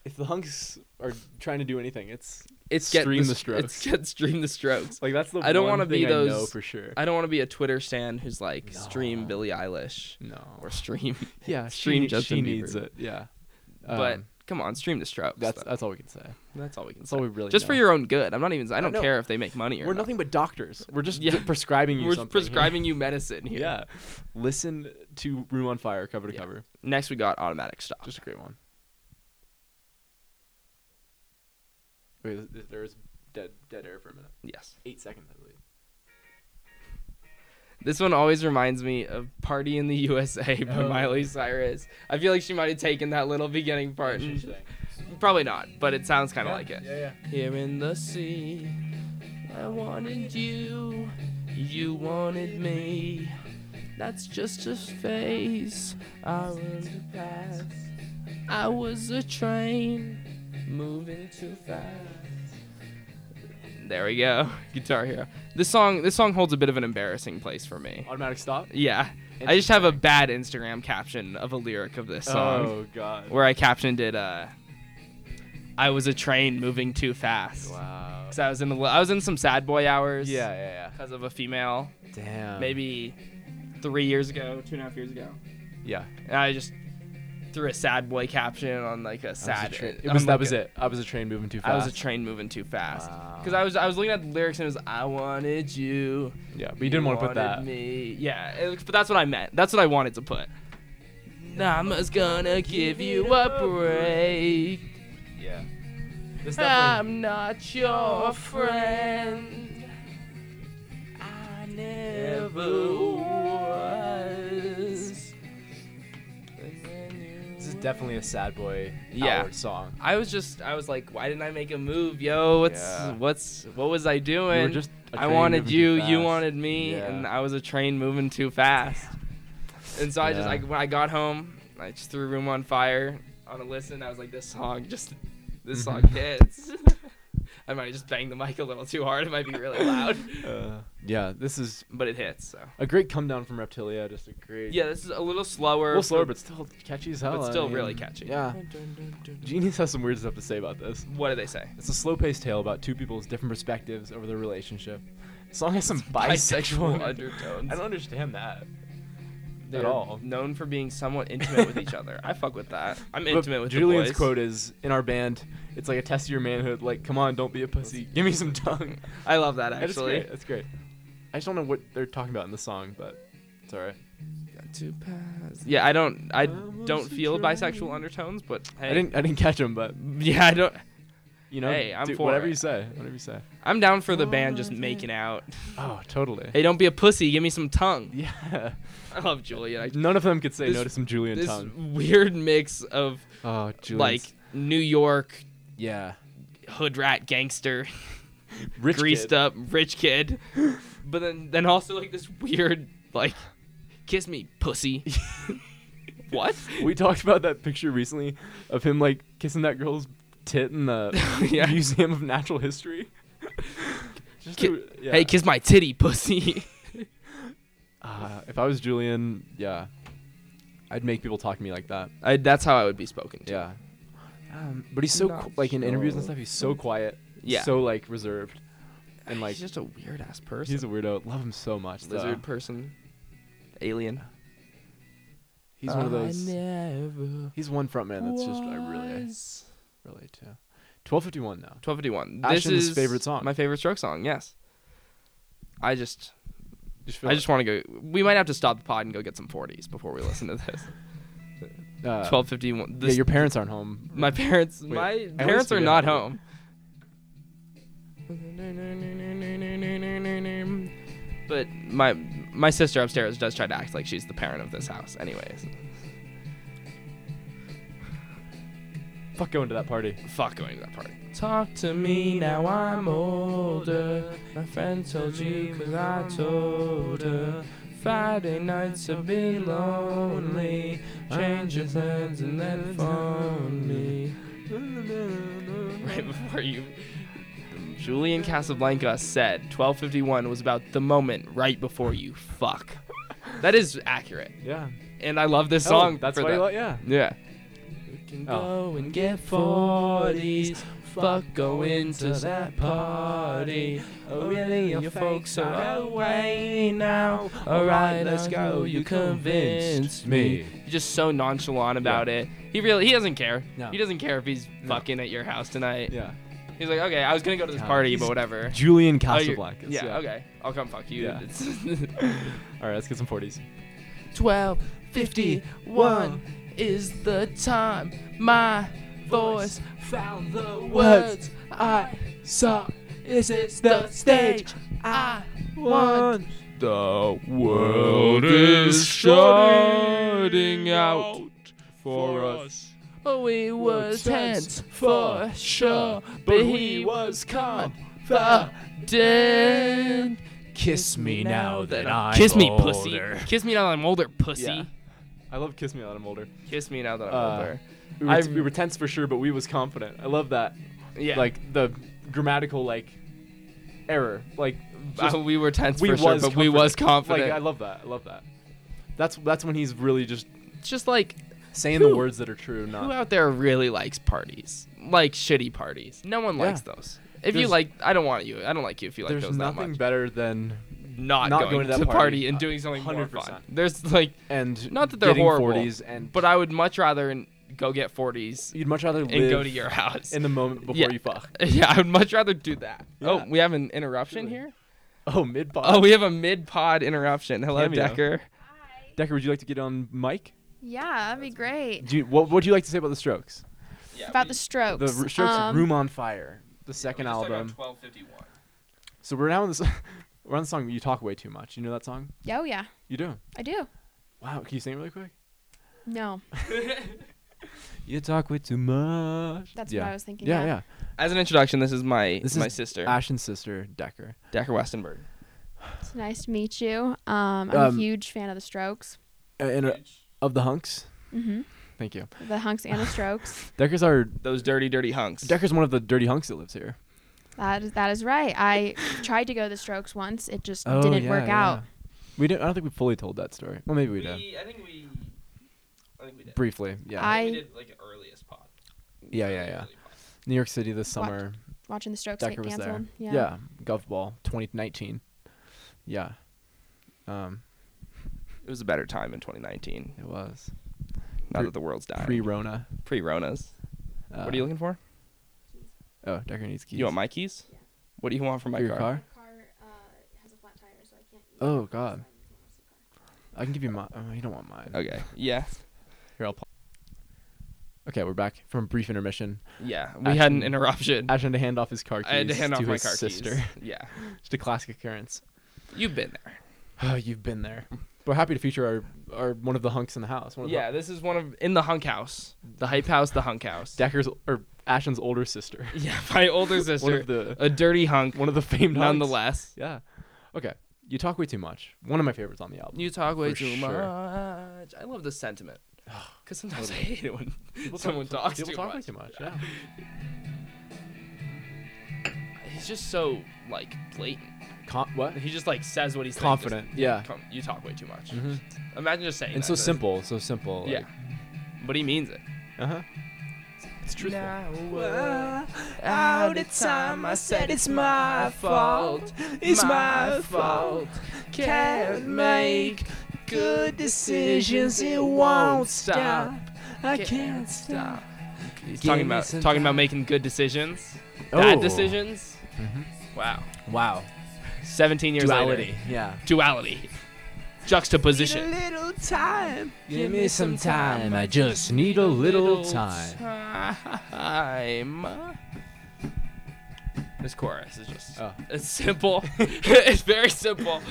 A: If the hunks are trying to do anything, it's
B: it's get
A: Stream the
B: s- It's
A: strokes.
B: get stream the strokes.
A: like that's the.
B: I don't
A: want
B: wanna
A: to
B: be
A: I know
B: those-
A: for sure.
B: I don't want to be a Twitter stan who's like stream
A: No.
B: Billie Eilish
A: no.
B: or stream,
A: Yeah.
B: stream
A: she,
B: Justin
A: she
B: Bieber.
A: needs it. Yeah.
B: but
A: Um,
B: come on, stream the strokes.
A: that's
B: though.
A: that's all we can say.
B: that's all we can
A: That's
B: say.
A: all we really.
B: just for
A: know.
B: your own good. I'm not even. I don't
A: know.
B: care if they make money or
A: We're
B: not.
A: nothing but doctors. We're just
B: Yeah.
A: d- prescribing you
B: We're
A: something. here.
B: prescribing you medicine here.
A: Yeah. Listen to Room on Fire cover to
B: Yeah.
A: cover.
B: Next, we got automatic stop.
A: Just a great one. Wait, th- there was dead dead air for a minute.
B: yes.
A: Eight seconds, I believe.
B: This one always reminds me of Party in the USA by
A: Oh.
B: Miley Cyrus. I feel like she might have taken that little beginning part. and- Probably not, but it sounds kind of like it.
A: Yeah, yeah.
B: Here in the sea, I wanted you, you wanted me. That's just a phase I was past. I was a train moving too fast. There we go, Guitar Hero. This song, this song holds a bit of an embarrassing place for me.
A: Automatic stop.
B: Yeah, I just have a bad Instagram caption of a lyric of this song
A: Oh god.
B: where I captioned it. Uh, I was a train moving too fast.
A: Wow.
B: 'Cause I was in the, I was in some sad boy hours.
A: Yeah, Oh. yeah,
B: Because of a female,
A: yeah. Damn.
B: maybe three years ago, two and a half years ago.
A: Yeah.
B: And I just threw a sad boy caption on like a
A: I was a
B: sad.
A: train- It
B: on,
A: was
B: like,
A: that was
B: a-
A: it. I was a train moving too fast.
B: I was a train moving too fast. Because
A: Wow.
B: I was I was looking at the lyrics and it was I wanted you.
A: yeah, but you didn't want to put
B: wanted
A: that.
B: Me. Yeah, it- but that's what I meant. That's what I wanted to put. Nama's gonna give you a break.
A: Yeah. This
B: I'm not your friend. I never was.
A: This is definitely a sad boy
B: Yeah.
A: Howard song.
B: I was just, I was like, why didn't I make a move, yo? What's,
A: Yeah.
B: what's, what was I doing?
A: just a
B: I
A: train
B: wanted
A: moving
B: you,
A: too
B: you
A: fast.
B: wanted me,
A: Yeah.
B: and I was a train moving too fast. And so I just,
A: Yeah.
B: I, when I got home, I just threw room on fire on a listen. I was like, this song just, this song hits. I might have just banged the mic a little too hard. It might be really loud,
A: Uh, yeah, this is
B: but it hits. So
A: a great come down from Reptilia. Just a great.
B: yeah, this is a little slower.
A: A little slower,
B: for-
A: but still catchy as hell.
B: but
A: I
B: still
A: mean,
B: really catchy.
A: Yeah. Genius has some weird stuff to say about this.
B: What do they say?
A: It's a slow-paced tale about two people's different perspectives over their relationship. The song has some bisexual,
B: Bisexual undertones.
A: I don't understand that.
B: They're
A: all.
B: known for being somewhat intimate with each other. I fuck with that. I'm intimate
A: but
B: with
A: Julian's
B: the boys.
A: quote is in our band. It's like a test of your manhood. Like, come on, don't be a pussy. Give me some tongue.
B: I love that
A: That's
B: actually.
A: great. That's great. I just don't know what they're talking about in the song, but it's alright.
B: Yeah, I don't. I
A: I
B: don't
A: was
B: feel
A: a
B: bisexual
A: train.
B: undertones, but hey,
A: I didn't. I didn't catch him, but
B: Yeah, I don't.
A: you know,
B: Hey, I'm
A: do-
B: for
A: whatever
B: it.
A: you say. Whatever you say.
B: I'm down for the band just making out.
A: Oh, totally.
B: Hey, don't be a pussy. Give me some tongue.
A: Yeah.
B: I love Julian. I,
A: None of them could say
B: This-
A: no to some Julian
B: this
A: tongue.
B: weird mix of
A: Oh, Julian.
B: like New York
A: yeah,
B: hood rat gangster,
A: rich
B: greased
A: kid.
B: up rich kid, but then then also like this weird like, kiss me pussy. what?
A: We talked about that picture recently of him like kissing that girl's tit in the
B: Yeah.
A: Museum of Natural History. Just
B: Ki-
A: a- yeah.
B: Hey, kiss my titty, pussy.
A: Uh, if I was Julian, yeah, I'd make people talk to me like that.
B: I, that's how I would be spoken to.
A: Yeah. Um, but he's so
B: Not
A: qu- like in interviews and
B: sure.
A: stuff. He's so quiet.
B: Yeah.
A: So like reserved, and like
B: he's just a weird ass person.
A: he's a weirdo. Love him so much. though.
B: lizard person, alien.
A: He's one of
B: I
A: those.
B: never
A: He's one front man that's just I really
B: was.
A: I relate to. Twelve fifty one now.
B: 1251. This
A: Ashton's
B: is
A: favorite song.
B: My favorite stroke song, yes. I just
A: Just feel
B: I just want to go we might have to stop the pod and go get some 40s before we listen to
A: it.
B: this.
A: Uh,
B: 1251.
A: Yeah,
B: This
A: your parents aren't home.
B: my parents
A: Wait, I
B: my
A: always
B: parents are
A: forget
B: not
A: how-
B: home. But my my sister upstairs does try to act like she's the parent of this house anyways.
A: Fuck going to that party.
B: Fuck going to that party.
C: Talk to me now I'm older. My friend told you 'cause I told her. Friday nights have been lonely. Change your plans and then phone me.
B: right before you. Julian Casablanca said 1251 was about the moment right before you fuck. That is accurate.
A: Yeah.
B: And I love
C: Oh,
B: this
A: Hell,
B: song.
A: That's
B: for
A: why
B: that.
A: you like. Yeah.
B: Yeah.
C: We can
A: Oh.
C: go and get 40s. Fuck going to that party. Oh, really? Your folks are away now. Alright, let's go. You convinced me.
B: He's just so nonchalant about it. He really he doesn't care.
A: No.
B: He doesn't care if he's
A: No.
B: fucking at your house tonight.
A: Yeah.
B: He's like, "Okay, I was going to go to this
A: No.
B: party,
A: He's-
B: but whatever."
A: Julian
B: Oh, you're-
A: Casablancas.
B: yeah, okay. I'll come fuck you.
A: Yeah.
B: It's-
A: All right, let's get some forties.
C: 1251 is the time my voice found the words I saw. This is the stage I want.
B: The
A: world is shutting
B: out
A: for us.
C: Oh, we were
A: Were tense
C: tense for sure, but he was
A: calm.
C: confident.
A: Kiss me now that I'm
B: Kiss me,
A: older.
B: pussy. Kiss me now that I'm older, pussy.
A: Yeah. I love "Kiss Me Now That I'm Older."
B: Kiss me now that I'm
A: Uh,
B: older.
A: We were,
B: I've-
A: we were tense for sure, but we was confident. I love that.
B: Yeah.
A: Like the grammatical like error. Like just-
B: Uh, we were tense
A: we
B: for
A: was
B: sure, but we was
A: Like
B: confident.
A: I love that. I love that. That's that's when he's really just
B: It's just like
A: saying the
B: Who-
A: words that are true.
B: who
A: Not
B: out there really likes parties? Like shitty parties. No one
A: Yeah.
B: likes those. If you
A: There's-
B: like, I don't want you. I don't like you if you like
A: there's
B: those that
A: nothing
B: much.
A: better than
B: Not,
A: not
B: going,
A: going to that
B: to
A: party.
B: party and
A: Uh,
B: doing something more fun.
A: 100%.
B: There's like,
A: and
B: Not that they're
A: getting
B: horrible,
A: 40s and
B: but I would much rather n- go get 40s
A: you'd much rather live
B: and go to your house.
A: in the moment before
B: Yeah.
A: you fuck.
B: yeah, I would much rather do that.
A: Yeah.
B: Oh, we have an interruption
A: Absolutely.
B: here.
A: Oh, mid pod.
B: Oh, we have a mid-pod interruption. Hello,
A: Cameo.
B: Decker.
A: Decker, would you like to get on mic?
D: Yeah, that'd be great.
A: Do you, what would you like to say about the Strokes?
D: About the strokes.
A: The R- Strokes,
D: Um,
A: "Room on Fire," the second album. So we're now in this. we're on the song "You Talk Way Too Much." You know that song?
D: Yeah, oh yeah,
A: You do.
D: I do.
A: Wow, can you sing it really quick?
D: No,
A: You talk way too much.
D: that's
A: yeah.
D: what I was thinking.
A: Yeah,
D: of.
A: yeah.
B: As an introduction, this is my
A: This
B: my
A: is
B: sister,
A: Ashton's sister, Decker.
B: Decker Westenberg.
D: It's nice to meet you. Um, I'm a
A: Um,
D: huge fan of the Strokes.
A: Uh, and, uh, of the hunks.
D: hmm
A: Thank you.
D: The Hunks and the Strokes.
A: Decker's our
B: Those dirty, dirty hunks.
A: Decker's one of the dirty hunks that lives here.
D: that is that is right. I tried to go to the Strokes once. It just didn't
A: Oh, yeah,
D: work out.
A: yeah. We didn't. I don't think we fully told that story. Well, maybe we did
B: I think we. I think we did.
A: briefly. Yeah.
D: I- think we
B: did like earliest pod.
A: yeah, yeah, yeah. New York City this summer.
D: Watching the Strokes
A: Decker
D: get
A: was
D: canceled.
A: there.
D: Yeah.
A: Golf ball 2019. Yeah. Um,
B: It was a better time in 2019.
A: it was
B: Now
A: Pre-
B: that the world's dying.
A: pre Rona.
B: Pre Ronas.
A: Uh,
B: what are you looking for?
A: Oh, Decker needs keys.
B: You want my keys? What do you want from my
A: For your car? Oh God. I can give you mine. Oh, you don't want mine.
B: Okay. Yeah.
A: Here, I'll. Pa- okay, we're back from a brief intermission.
B: Yeah. We had an
A: Ashton-
B: interruption.
A: Ashton had to hand off his car keys
B: I had to hand off my
A: his
B: car
A: sister.
B: keys. Yeah.
A: Just a classic occurrence.
B: You've been there.
A: Oh, you've been there. We're happy to feature our, our one of the hunks in the house. One of
B: Yeah. This is one of in the hunk house, the hype house, the hunk house.
A: the, Decker's or Ashton's older sister.
B: yeah. My older sister,
A: One of the
B: a dirty hunk,
A: one of the famed hunks.
B: nonetheless.
A: Yeah. Okay. You talk way too much. One of my favorites on the album.
B: You talk way
A: For
B: too
A: sure.
B: much. I love the sentiment. Because sometimes I hate it when someone talks
A: People
B: too
A: talk way
B: much.
A: too much. Yeah.
B: He's just so like blatant.
A: Com- what?
B: He just like says what he's thinking, just-
A: Confident. Yeah.
B: Com- you talk way too much.
A: hmm
B: Imagine just saying.
A: And
B: that,
A: so
B: that's-
A: simple, so simple.
B: Yeah.
A: Like,
B: But he means it.
A: uh huh. It's truthful.
C: All the time I said it's my fault, it's my fault. Can't make good decisions, it won't stop. I can't stop.
B: He's
C: Give
B: talking
C: me
B: about
C: some
B: talking about
C: time.
B: making good decisions,
A: Oh.
B: bad decisions.
A: Mhm.
B: Wow.
A: Wow.
B: 17 years
A: Duality.
B: later.
A: Yeah.
B: Duality. Juxtaposition.
C: Need a little time.
A: Give me some time. I just need a little time.
B: time. This chorus is just.
A: Oh.
B: It's simple. it's very simple.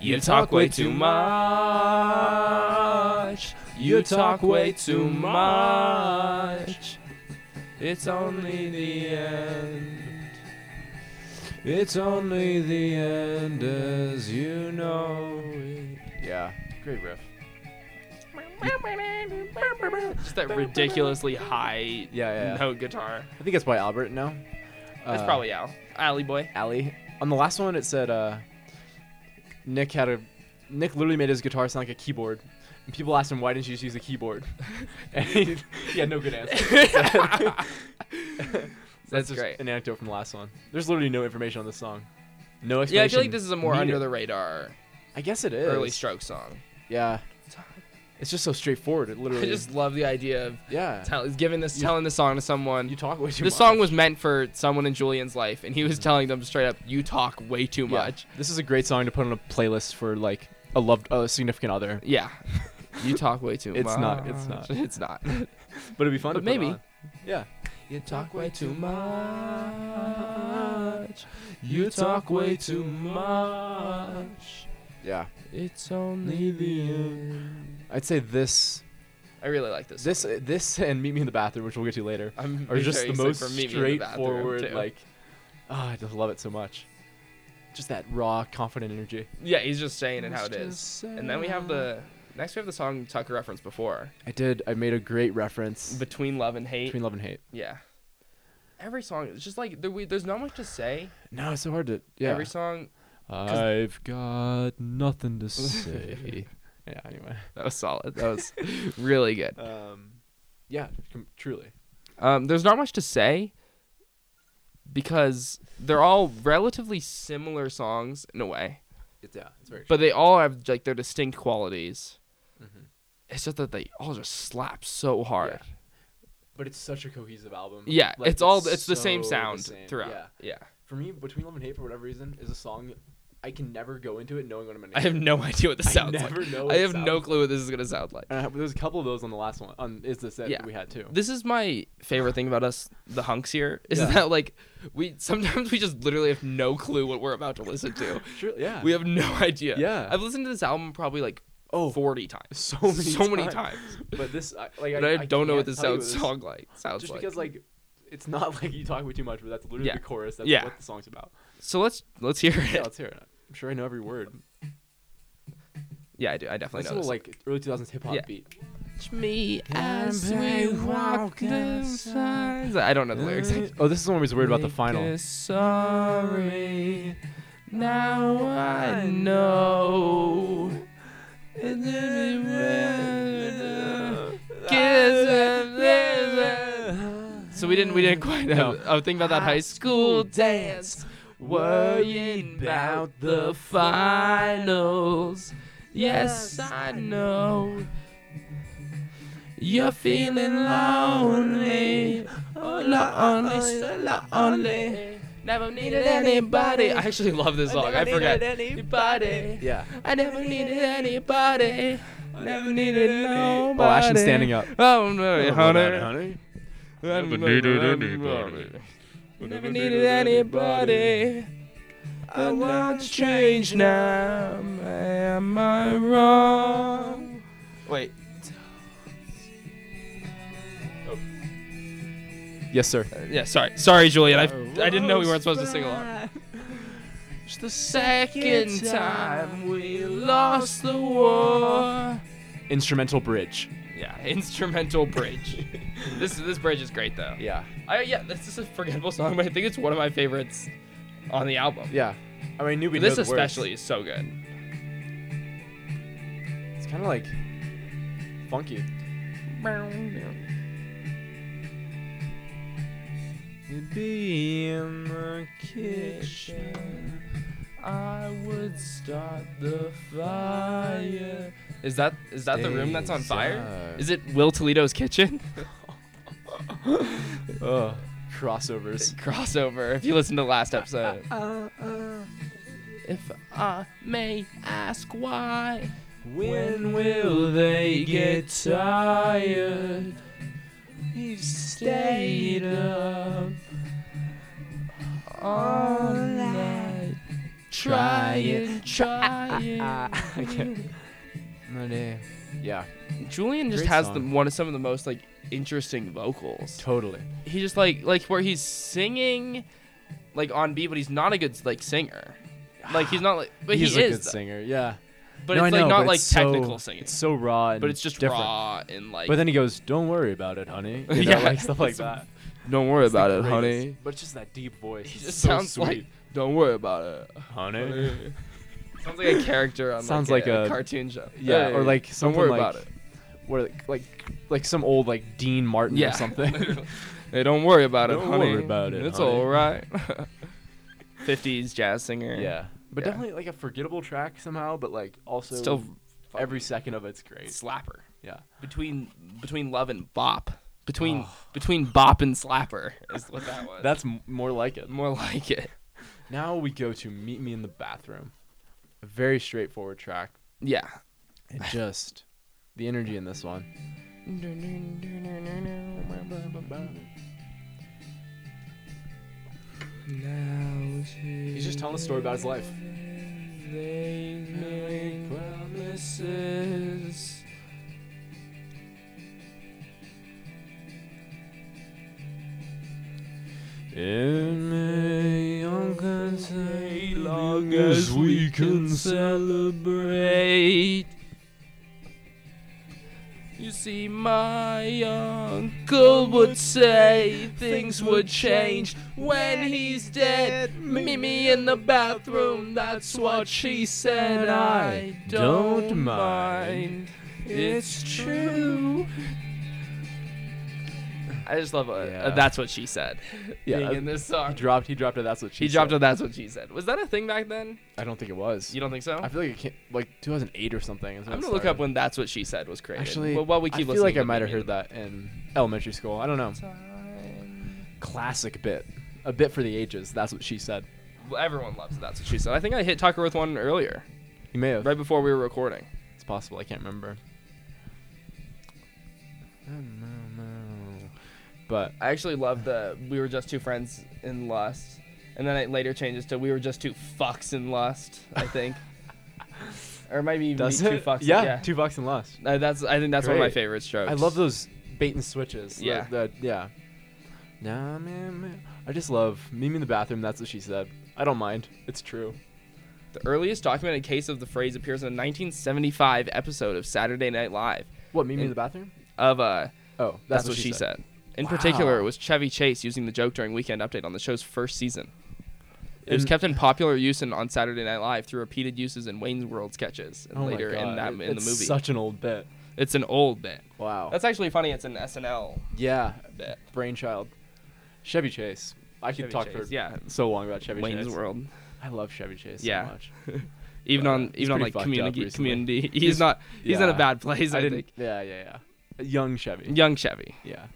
B: You talk way too much. You talk way too much. It's only the end.
A: It's only the end as you know it. Yeah. Great riff.
B: Just that ridiculously high
A: Yeah, yeah, yeah.
B: note guitar.
A: I think it's by Albert now.
B: That's
A: Uh,
B: probably Al. Alley Boy.
A: Alley. On the last one, it said uh, Nick had a Nick literally made his guitar sound like a keyboard. And people asked him why didn't you just use a keyboard, and he, he had no good answer.
B: That's
A: just
B: great.
A: An anecdote from the last one. There's literally no information on this song. No explanation.
B: Yeah, I feel like this is a more
A: needed.
B: under the radar
A: I guess it is.
B: early stroke song.
A: Yeah. It's just so straightforward. It
B: I
A: literally.
B: just love the idea of
A: yeah.
B: tell, giving this,
A: You-
B: telling the song to someone.
A: You talk way too much.
B: this song was meant for someone in Julian's life, and he was telling them straight up, "You talk way too
A: Yeah.
B: much."
A: This is a great song to put on a playlist for like a loved, a significant other.
B: Yeah, you talk way too much.
A: It's not- it's not.
B: It's not.
A: But it'd be fun
B: But
A: to
B: maybe.
A: Put on. Yeah.
B: You
C: talk way too much. You talk way too much.
A: Yeah.
B: It's only the
A: I'd say this,
B: I really like this.
A: this,
B: song.
A: this, and Meet Me in the Bathroom, which we'll get to later,
B: I'm
A: are just the
B: very
A: most
B: sick for Meet Me in the Bathroom,
A: straightforward.
B: too.
A: like, ah, I just love it so much. Just that raw, confident energy.
B: yeah, he's just saying it how it is. And then we have the next we have the song Tucker referenced before,
A: I did. I made a great reference
B: Between Love and Hate.
A: between love and hate.
B: yeah. Every song is just like there, we, there's not much to say.
A: No, it's so hard to. Yeah.
B: Every song
A: I've got nothing to say. yeah. Anyway.
B: that was solid. That was really good.
A: Um. Yeah. Com- truly.
B: Um, there's not much to say because they're all relatively similar songs in a way,
A: It's, yeah. It's very.
B: but they all have like their distinct qualities.
A: Mhm.
B: It's just that they all just slap so hard.
A: But it's such a cohesive album.
B: Yeah,
A: Like,
B: it's all it's the same
A: so
B: sound
A: same.
B: throughout.
A: Yeah.
B: yeah.
A: For me, Between Love and Hate, for whatever reason, is a song I can never go into it knowing what I'm gonna.
B: I have no idea what this
A: I
B: sounds
A: never
B: like.
A: know
B: I
A: what it
B: have no
A: sounds
B: clue what this is gonna sound like.
A: Uh, there's a couple of those on the last one. On is this that
B: Yeah.
A: we had too?
B: This is my favorite thing about us, the hunks here, is
A: Yeah.
B: that like we sometimes we just literally have no clue what we're about to listen to.
A: Sure. Yeah.
B: We have no idea.
A: Yeah.
B: I've listened to this album probably like
A: oh,
B: forty times.
A: so
B: So
A: many
B: many, times.
A: But this, I, like,
B: But I, don't know what
A: can't
B: this
A: tell you
B: sounds song like sounds
A: Just
B: like.
A: because like. It's not like you talk way too much, but that's literally
B: Yeah.
A: the chorus. That's
B: Yeah.
A: what the song's about.
B: so let's let's hear
A: Yeah,
B: it.
A: let's hear it. I'm sure I know every word.
B: Yeah, I do. I definitely
A: That's a
B: know.
A: little
B: This. Like,
A: like early 2000s hip hop
B: Yeah.
A: beat.
C: Me
B: As we walk the signs. I don't know the lyrics.
A: Oh, this is the one we was worried about the final.
B: Sorry, now I know. uh, So we didn't we didn't quite know.
A: No.
B: I was thinking about that high school dance, worrying about the finals. Yes, I know. You're feeling lonely, oh, lonely, so lonely. Never needed anybody. I actually love this song. I forget. Anybody.
A: Yeah.
B: I never needed anybody. Never needed nobody.
A: Oh, Ashton's standing up.
B: Oh no, honey.
A: honey.
B: Never needed anybody. Never needed anybody. A lot's changed now. Am I wrong? Wait.
A: Yes, sir.
B: Yeah, sorry. Sorry, Julian. I, I didn't know we weren't supposed to sing along. It's the second time we lost the war.
A: Instrumental bridge.
B: Yeah, instrumental bridge. this this bridge is great though.
A: Yeah.
B: I, yeah, this is a forgettable song, but I think it's one of my favorites on the album.
A: Yeah. I mean, I knew we
B: this especially is so good.
A: It's kind of like funky. Be in the
B: kitchen. I would start the fire. Is that is that the room that's on fire? Is it Will Toledo's kitchen?
A: Ugh. crossovers?
B: Crossover. If you listen to the last episode. If I may ask why, when will they get tired? We've stayed up all night, trying, trying.
A: Yeah,
B: Julian just
A: Great
B: has the,
A: song.
B: one of some of the most like interesting vocals.
A: totally.
B: He just like like where he's singing, like on beat, but he's not a good like singer. Like he's not like, but
A: he's
B: he
A: a
B: is.
A: good
B: though.
A: singer. Yeah,
B: But
A: No, I
B: it's like
A: know,
B: not
A: but
B: like
A: it's so-
B: technical singing.
A: it's so raw. And
B: but it's just
A: different.
B: raw and like.
A: But then he goes, "Don't worry about it, honey." You know,
B: Yeah.
A: like stuff like that.
B: don't worry
A: It's the greatest. But it's just that deep voice.
B: He
A: It's
B: just
A: so
B: sounds
A: sweet.
B: like. Don't worry about it,
A: honey.
B: Sounds like a character on
A: Sounds
B: like,
A: like
B: a,
A: a-
B: cartoon show.
A: Yeah,
B: Hey,
A: or like
B: don't
A: something
B: worry
A: like
B: about it.
A: where like, like like some old like Dean Martin or something.
B: hey, don't worry about it,
A: Don't
B: honey.
A: worry about it,
B: It's
A: honey.
B: all right. 50s jazz singer.
A: yeah, but
B: Yeah.
A: definitely like a forgettable track somehow. But like also
B: Still
A: every second of it's great.
B: slapper.
A: Yeah.
B: Between between love and bop. Between
A: Oh.
B: between bop and slapper is what that was.
A: That's m- more like it.
B: more like it.
A: Now we go to Meet Me in the Bathroom. A very straightforward track.
B: Yeah.
A: And just the energy in this one. He's just telling a story about his life.
B: They make promises.
A: It may
B: Say long as we can celebrate. You see, my uncle would say things would change when he's dead. Meet me in the bathroom, that's what she said. I don't mind. It's true. I just love it.
A: Yeah.
B: that's what she said.
A: Yeah,
B: being
A: uh,
B: in this song.
A: He dropped. He dropped it. That's what she.
B: He dropped
A: said.
B: a that's what she said. Was that a thing back then?
A: I don't think it was.
B: You don't think so?
A: I feel like it can't, like 2008 or something. is when
B: I'm
A: it
B: gonna look up
A: started.
B: when that's what she said was created.
A: Actually,
B: well, while we keep
A: I
B: listening,
A: feel like I
B: to
A: might have heard
B: Meet Me
A: that in elementary school. I don't know.
B: in
A: Classic bit. A bit for the ages. That's what she said.
B: the- Well, everyone loves that's what she said. I think I hit Tucker with one earlier,
A: You may have.
B: right before we were recording.
A: It's possible. I can't remember. I don't know. But
B: I actually love the we were just two friends in lust, and then it later changes to we were just two fucks in lust. I think, or maybe even
A: does
B: be two
A: it?
B: fucks.
A: yeah, two bucks and less.
B: Uh, that's I think that's one of my
A: Great.
B: favorite strokes.
A: I love those bait and switches. the-
B: Yeah.
A: the- yeah. Nah, man, man. I just love Mimi in the bathroom. That's what she said. I don't mind. It's true.
B: The earliest documented case of the phrase appears in a 1975 episode of Saturday Night Live
A: What Mimi in
B: And-
A: the bathroom?
B: of uh,
A: Oh,
B: That's, what, she said. In particular, it was Chevy Chase using the joke during Weekend Update on the show's first season. It was
A: And-
B: kept in popular use in, on Saturday Night Live through repeated uses in Wayne's World sketches and
A: Oh my
B: later in
A: God,
B: that
A: it-
B: in the
A: it's
B: movie.
A: Such Oh. an old bit.
B: it's an old bit.
A: Wow.
B: That's actually funny. It's an SNL
A: yeah.
B: bit.
A: Brainchild. Chevy Chase. I could
B: Chevy
A: talk
B: Chase,
A: for
B: yeah.
A: so long about Chevy
B: Wayne's
A: Chase.
B: World.
A: I love Chevy Chase
B: Yeah.
A: so much.
B: Even
A: Uh,
B: on
A: he's
B: even on
A: pretty
B: like
A: fucked up
B: community
A: recently.
B: community. He's,
A: He's-
B: not he's in a
A: yeah.
B: bad place. I,
A: I didn't.
B: think.
A: Yeah, yeah, yeah. Young Chevy.
B: Young Chevy.
A: Yeah.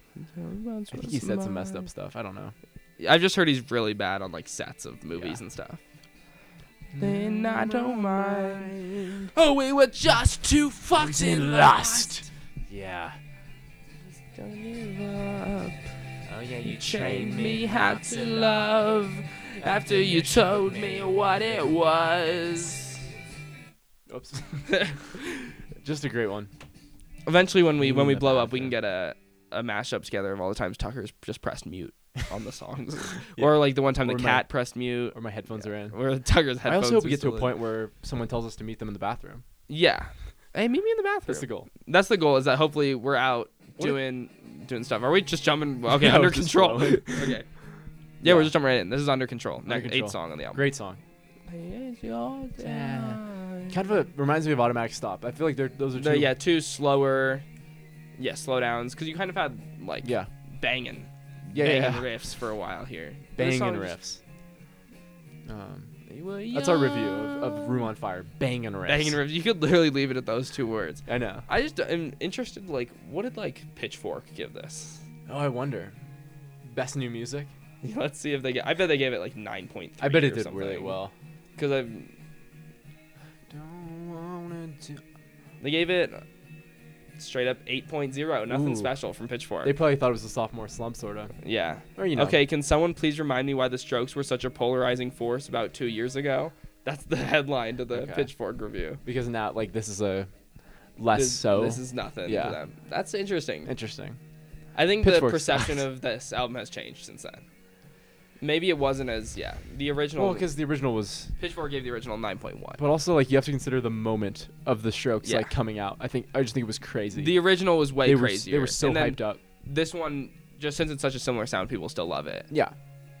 A: I think he said some messed up stuff. I don't know.
B: I've just heard he's really bad on like sets of movies
A: Yeah.
B: and stuff. Then I don't mind. Oh, we were just two fucks in lust.
A: Yeah.
B: Don't give up.
C: Oh yeah,
B: You trained me how to love after you told me what it was.
A: Oops. Just a great one.
B: Eventually, when we
A: You
B: when
A: mean
B: we
A: the
B: blow up,
A: bad
B: we can
A: guy.
B: get a a mashup together of all the times Tucker's just pressed mute on the songs,
A: Yeah.
B: or like the one time
A: Or
B: the
A: my-
B: cat pressed mute,
A: Or my headphones are in.
B: or Tucker's
A: I
B: headphones.
A: also hope
B: are
A: we get to
B: still
A: a
B: in.
A: point where someone tells us to meet them in the bathroom.
B: Yeah. Hey, meet me in the bathroom.
A: That's the goal.
B: that's the goal is that hopefully we're out
A: What if-
B: doing doing stuff. Are we just jumping? Okay,
A: Yeah,
B: under
A: we're just
B: control.
A: rolling.
B: okay. Yeah,
A: Yeah.
B: we're just jumping right in. This is under control. Under
A: Under Control.
B: Eighth song on the album.
A: Great song.
B: It's your time.
A: Kind of a, reminds me of Automatic Stop. I feel like they're those are two.
B: The- yeah, two slower, yeah, slowdowns because you kind of had like
A: Yeah.
B: banging,
A: Yeah.
B: banging
A: yeah, yeah.
B: riffs for a while here.
A: Banging
B: riffs.
A: riffs. Um, that's our review of, of Room on Fire. Banging riffs.
B: Banging riffs. You could literally leave it at those two words.
A: I know.
B: I just am interested. Like, what did like Pitchfork give this?
A: Oh, I wonder. Best new music.
B: Let's see if they get. I bet they gave it like nine point three.
A: I bet it did really well.
B: because I
A: Don't wanna do-
B: they gave it straight up 8.0. Nothing
A: Ooh.
B: special from Pitchfork.
A: They probably thought it was a sophomore slump, sort of.
B: yeah.
A: Or you know.
B: Okay, can someone please remind me why the Strokes were such a polarizing force about two years ago? That's the headline to the
A: Okay.
B: Pitchfork review.
A: Because now, like, this is a less
B: This-
A: so.
B: This is nothing
A: Yeah.
B: to them. That's interesting.
A: interesting.
B: I think the
A: Pitchfork
B: perception
A: sucks.
B: of this album has changed since then. Maybe it wasn't as yeah. The original
A: Well, because the original was,
B: Pitchfork gave the original 9.1.
A: but also like you have to consider the moment of the Strokes
B: Yeah.
A: like coming out. I think I just think it was crazy.
B: The original was way
A: they were
B: crazier.
A: they were so
B: and then
A: hyped up.
B: This one, just since it's such a similar sound, people still love it.
A: Yeah,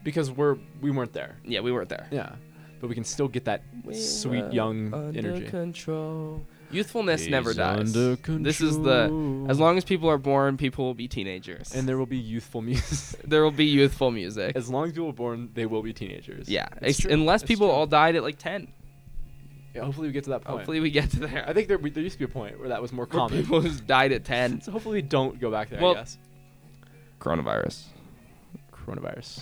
A: because we're we weren't there.
B: Yeah, we weren't there.
A: Yeah, but we can still get that sweet young energy.
B: control. Youthfulness never
A: He's
B: dies.
A: under
B: This is the
A: control.
B: as long as people are born, people will be teenagers.
A: and there will be youthful music.
B: there will be youthful music.
A: as long as people are born, they will be teenagers.
B: yeah,
A: It's
B: ex-
A: true.
B: unless
A: It's
B: people
A: true. Oh,
B: all died at like 10.
A: Yeah, hopefully we get to that point.
B: Hopefully we get to there.
A: I think there there used to be a point where that was more
B: Where
A: common.
B: people just died at 10.
A: so hopefully we don't go back there.
B: Well-
A: I guess.
B: Coronavirus.
A: Coronavirus.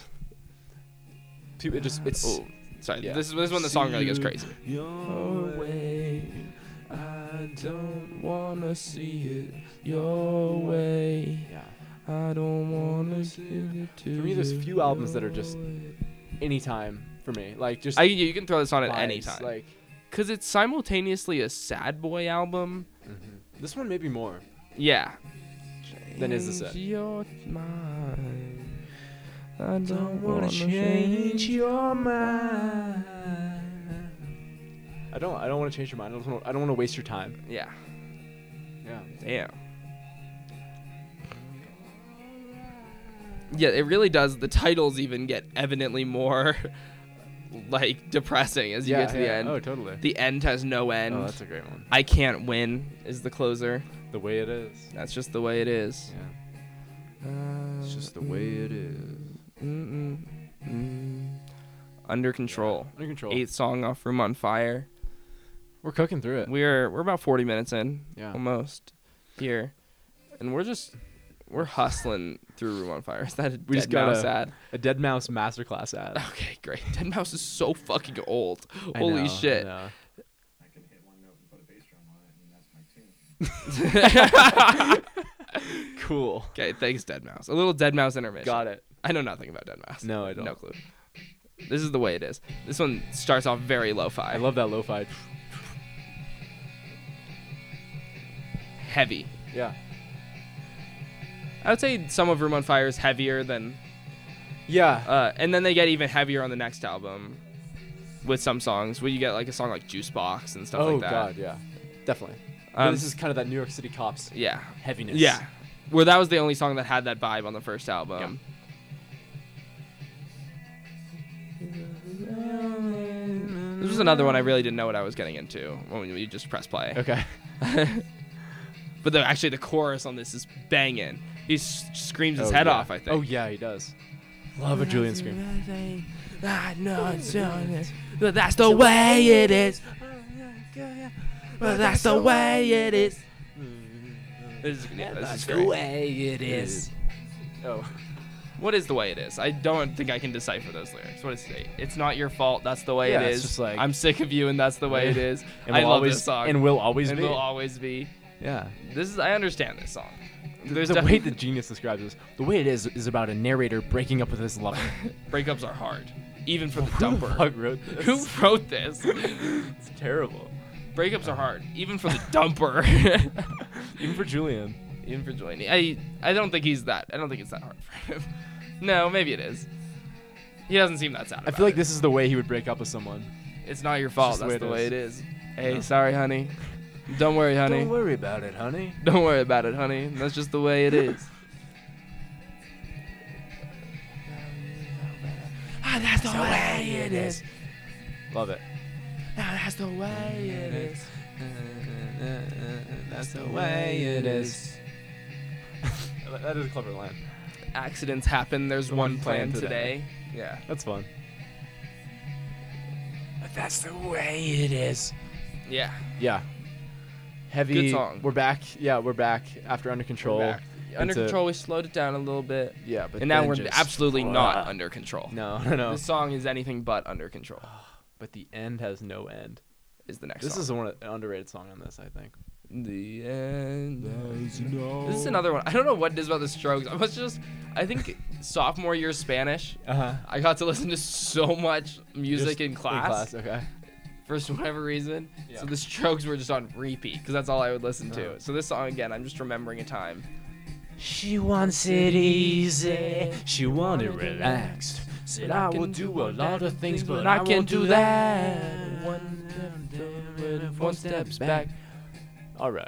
A: People, it just it's.
B: Oh, sorry.
A: yeah.
B: This is this is when the song really gets crazy.
C: Your way. I don't wanna see it your way.
A: Yeah.
C: I don't wanna see it to
A: For me, there's
C: you
A: few albums that are
C: your
A: just-
C: way.
A: Anytime for me, like just.
B: I, you can throw this on at any
A: vibes,
B: time.
A: Like
B: Because it's simultaneously a sad boy album.
A: this one, maybe more
B: Yeah.
A: than is this
C: Change
A: it.
C: your mind. I Don't wanna change
A: your mind. I don't. I don't want to change your mind. I don't. Wanna, I don't want to waste your time.
B: Yeah.
A: Yeah.
B: Damn. Yeah, it really does. The titles even get evidently more like depressing as you get to the end.
A: Oh, totally.
B: The end has no end.
A: oh, that's a great one.
B: I can't win is the closer.
A: The way it is.
B: That's just the way it is.
A: Yeah. It's just the way it is.
B: Mm-mm. Mm. Under control.
A: Under control.
B: Eighth song off Room on Fire.
A: We're cooking through it.
B: We're we're about 40 minutes in.
A: Yeah.
B: almost here, and we're just we're hustling through Room on Fire. Is that a
A: We
B: dead
A: just gotta-
B: mouse ad?
A: A Dead Mouse masterclass ad.
B: Okay, great. Dead mouse is so fucking old.
A: I
B: Holy
A: know, I
B: shit.
A: know. Cool.
B: okay, thanks, Dead Mouse. A little Dead Mouse intermission.
A: Got it.
B: I know nothing about Dead Mouse.
A: No, I don't.
B: No clue. This is the way it is. This one starts off very lo-fi.
A: I love that lo-fi.
B: heavy.
A: Yeah.
B: I would say some of Room on Fire is heavier than,
A: Yeah.
B: uh, and then they get even heavier on the next album, with some songs where you get like a song like Juice Box and stuff
A: oh
B: like that.
A: god, yeah. Definitely. But
B: Um,
A: this is kind of that New York City cops
B: yeah.
A: heaviness.
B: Yeah. Where that was the only song that had that vibe on the first album. This was another one I really didn't know what I was getting into when you just press play.
A: Okay.
B: But the, actually, the chorus on this is banging. He s- screams his
A: Oh,
B: head
A: yeah.
B: off, I think.
A: Oh yeah, he does. Love a Julian scream.
C: I know it's done.
B: But that's the way it is.
C: But that's the way it is.
B: This is, yeah, this is
C: That's the
B: great.
C: way it is.
A: Oh.
B: What is the way it is? I don't think I can decipher those lyrics. What is it? It's not your fault. That's the way
A: Yeah,
B: it
A: it's
B: is.
A: just like-
B: I'm sick of you, and that's the way it is.
A: And
B: I
A: will
B: love
A: always,
B: this song.
A: And will always
B: and
A: be.
B: will always be.
A: yeah.
B: This is. I understand this song. There's
A: the way
B: definitely-
A: the genius describes this, the way it is, is about a narrator breaking up with his lover.
B: breakups are hard, even for the
A: Who the fuck
B: dumper.
A: wrote this?
B: Who wrote this?
A: It's terrible.
B: breakups are hard, even for the dumper.
A: Even for Julian.
B: even for Joanie. I I don't think he's that. I don't think it's that hard for him. No, maybe it is. He doesn't seem that sad.
A: I
B: about
A: feel like
B: it.
A: this is the way he would break up with someone.
B: It's not your fault.
A: just the
B: That's the
A: way
B: way
A: it
B: it is. Hey, sorry, honey. Don't worry, honey. Don't worry.
A: about it, honey.
B: about it, honey. That's just the way it is.
C: Ah, that's the way it is. Ah,
A: Love it.
B: Now that's the way it is.
C: That's the way it is.
A: That- That is a clever line.
B: Accidents happen. There's one plan
A: plan
B: today.
A: today.
B: Yeah.
A: That's fun.
C: That's the way it is.
B: Yeah.
A: Yeah. Heavy.
B: Good song.
A: We're back. Yeah, we're back after Under Control.
B: We're back. Under
A: It's a-
B: control, we slowed it down a little bit,
A: Yeah, but
B: and now
A: then
B: we're
A: just-
B: absolutely not under control.
A: No, no, no.
B: This song is anything but under control.
A: But the end has no end.
B: Is the next
A: This
B: song.
A: is one of- an underrated song on this, I think.
B: the end. This is another one. I don't know what it is about the Strokes. I was just, I think sophomore year Spanish,
A: Uh huh.
B: I got to listen to so much music in class,
A: okay.
B: for whatever reason.
A: Yeah.
B: So the Strokes were just on repeat because that's all I would listen to.
A: Uh-huh.
B: So this song again, I'm just remembering a time.
C: She wants it easy. She wanted relaxed. Said I will do a lot of things, but I can't do that.
B: One step forward, one steps back.
A: All right.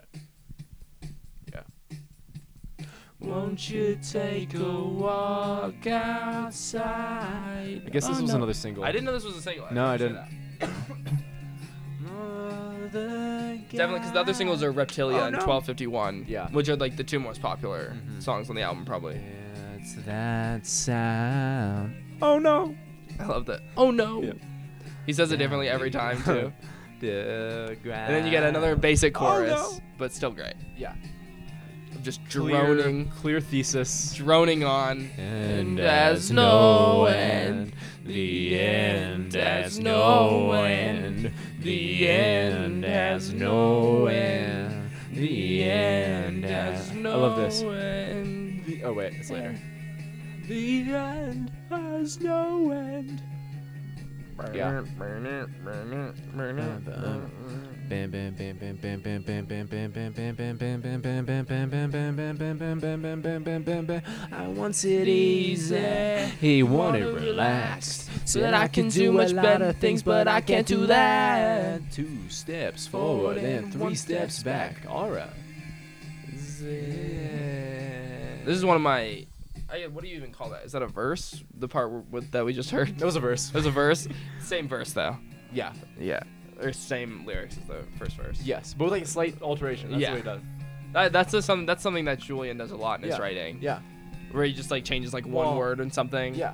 C: Won't you take a walk outside?
A: I guess this
C: Oh,
A: was
C: no.
A: another single.
B: I didn't know this was a single.
A: No, I
B: should say
A: didn't.
B: that.
C: Mother
B: Definitely, because the other singles are Reptilia
C: Oh,
B: and
C: no.
B: 1251,
A: Yeah.
B: which are like the two most popular
A: Mhm.
B: songs on the album, probably.
C: It's that sound. Oh no!
B: I love that. Oh no.
A: Yeah.
B: He says it differently every time too.
A: The
B: and then you get another basic chorus,
C: Oh, no.
B: but still great.
A: Yeah.
B: Of just
A: clear,
B: droning,
A: clear thesis.
B: droning on.
C: And
B: there's
C: there's
B: no
C: no end. The end has no end. The end has no end. The end has no
A: I love this.
B: end.
A: Oh wait, it's later.
C: The end has no end.
A: Yeah. Uh, um,
C: I want it easy. He wanted relaxed. So that I can do much better things, but I can't do that. Two steps forward and three steps back. Alright.
B: This is one of my. I, what do you even call that? Is that a verse? The part where- with, that we just heard.
A: That was a verse.
B: There's a verse. Same verse though.
A: Yeah.
B: Yeah. Or same lyrics as the first verse.
A: Yes, but with like a slight alteration. That's
B: Yeah.
A: what he does.
B: That, that's just something. That's something that Julian does a lot in his
A: Yeah.
B: writing,
A: Yeah.
B: where he just like changes like one
A: Well,
B: word and something.
A: Yeah.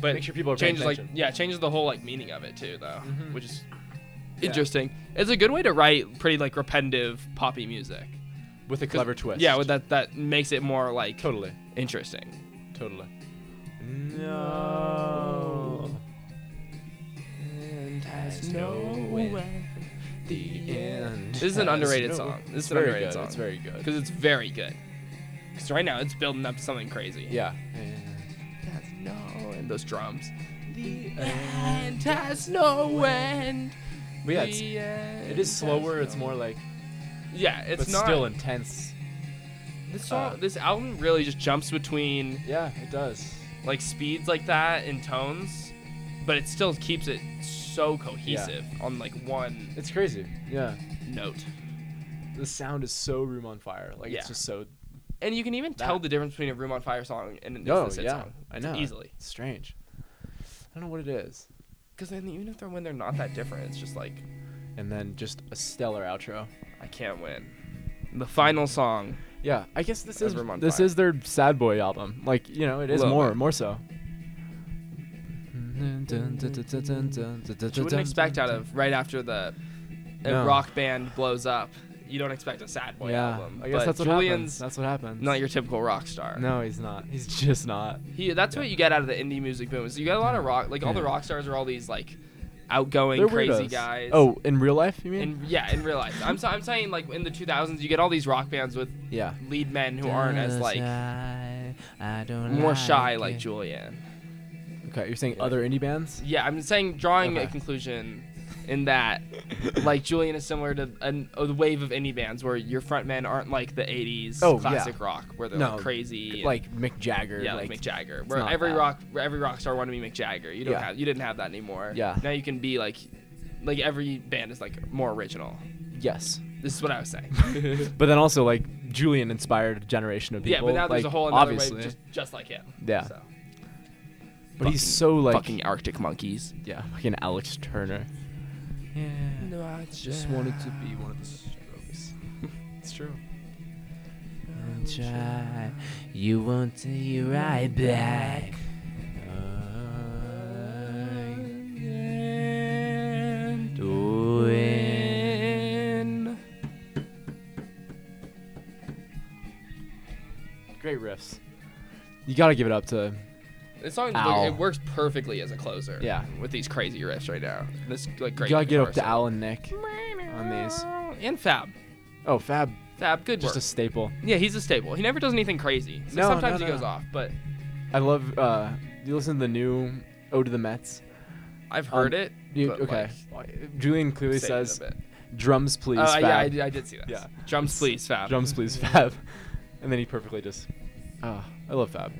B: But
A: Make sure people are paying
B: changes like
A: attention.
B: yeah changes the whole like meaning of it too though,
A: Mhm.
B: which is
A: Yeah.
B: interesting. It's a good way to write pretty like repetitive poppy music.
A: With a
B: 'Cause-
A: clever twist.
B: Yeah, with that that makes it more like
A: Totally.
B: interesting.
A: Totally. No.
C: And has no end. The end.
B: This is an underrated song. This is
A: It's
B: an
A: very
B: underrated
A: good.
B: song.
A: It's very good.
B: because it's very good. Because right now it's building up to something crazy.
A: Yeah.
B: That's no and those drums. The end has no end.
A: But yeah, it's,
B: The end
A: it is slower.
B: has
A: It's
B: no-
A: more like,
B: Yeah, it's
A: but
B: not.
A: still intense.
B: this song,
A: uh,
B: this album really just jumps between
A: Yeah, it does.
B: like speeds like that and tones, but it still keeps it so cohesive on like one
A: It's crazy. Yeah.
B: note.
A: The sound is so Room on Fire. Like
B: Yeah.
A: it's just so
B: And you can even tell
A: That-
B: the difference between a Room on Fire song and an
A: No,
B: Is This It
A: yeah,
B: song.
A: I know.
B: easily.
A: strange. I don't know what it is.
B: Because then even if they're when they're not that different, it's just like
A: And then just a stellar outro.
B: I can't win. The final song.
A: Yeah, I guess this is
B: Room on
A: this
B: Fire.
A: is their Sad Boy album. Like you know, it is
B: Little
A: more
B: bit.
A: more so.
B: You wouldn't expect out of right after the a
A: No.
B: rock band blows up. You don't expect a sad boy
A: yeah,
B: album.
A: I guess
B: but
A: that's what happens.
B: Julian's
A: That's what happens.
B: not your typical rock star.
A: No, he's not. He's just not.
B: He, that's what you get out of the indie music boom. Is you get a lot of rock, like all the
A: Yeah.
B: rock stars are all these like outgoing,
A: They're
B: crazy
A: weirdos.
B: guys.
A: Oh, in real life, you mean?
B: and yeah, in real life, I'm so, I'm saying like in the 2000s, you get all these rock bands with
A: yeah.
B: lead men who aren't as like
C: I don't
B: more shy
C: like
B: like
C: it.
B: Julian.
A: Okay, you're saying other indie bands?
B: Yeah, I'm saying drawing a
A: Okay.
B: conclusion in that like Julian is similar to an, a wave of indie bands where your front men aren't like the 80s
A: Oh, yeah.
B: classic rock where they're
A: No,
B: like crazy and-
A: Like Mick Jagger.
B: yeah,
A: like,
B: like, Mick Jagger. Where
A: not
B: every
A: that.
B: rock where every rock star wanted to be Mick Jagger. You don't
A: Yeah.
B: have you didn't have that anymore.
A: Yeah.
B: Now you can be like like every band is like more original.
A: Yes.
B: This is what I was saying.
A: But then also like Julian inspired a generation of people.
B: yeah, but now there's
A: like,
B: a whole another
A: obviously.
B: wave just just like him.
A: Yeah.
B: So.
A: But he's so like
B: fucking Arctic Monkeys.
A: yeah, fucking Alex Turner. Yeah.
B: No, I
A: Just wanted to be one of the strokes. it's true.
C: Try. You won't take you right back.
B: Win.
A: Great riffs. You gotta give it up to
B: This song
A: Ow.
B: it works perfectly as a closer.
A: Yeah.
B: With these crazy riffs right now. This like great.
A: you gotta get up to
B: guitar
A: Al and Nick on these.
B: solo. And Fab.
A: Oh, Fab,
B: Fab, good
A: just a
B: work.
A: staple.
B: yeah, he's a staple. He never does anything crazy. So
A: No, no,
B: sometimes he
A: no.
B: goes off, but
A: I love. uh You listen to the new "Ode to the Mets."
B: I've heard it.
A: Um, You-
B: but,
A: okay.
B: like,
A: Julian clearly
B: save it a
A: says,
B: bit.
A: "Drums, please,
B: Uh,
A: Fab."
B: yeah, I, did- I did see that.
A: Yeah.
B: Drums, please, Fab.
A: Drums, please, Fab. And then he perfectly just. Oh, I love Fab.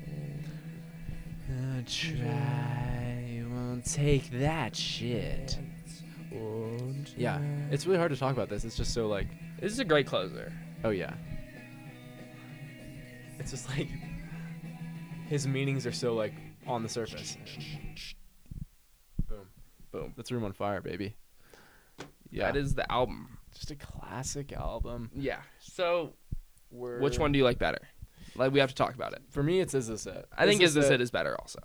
C: Try. Won't take that shit.
A: Yeah, it's really hard to talk about this. It's just so like,
B: This is a great closer.
A: oh yeah. It's just like his meanings are so like on the surface. Boom,
B: Boom.
A: that's Room on Fire, baby. Yeah,
B: That is the album.
A: just a classic album.
B: Yeah. So,
A: Word.
B: which one do you like better? Like we have to talk about it.
A: For me, it's Is This It.
B: I think is this it is better also.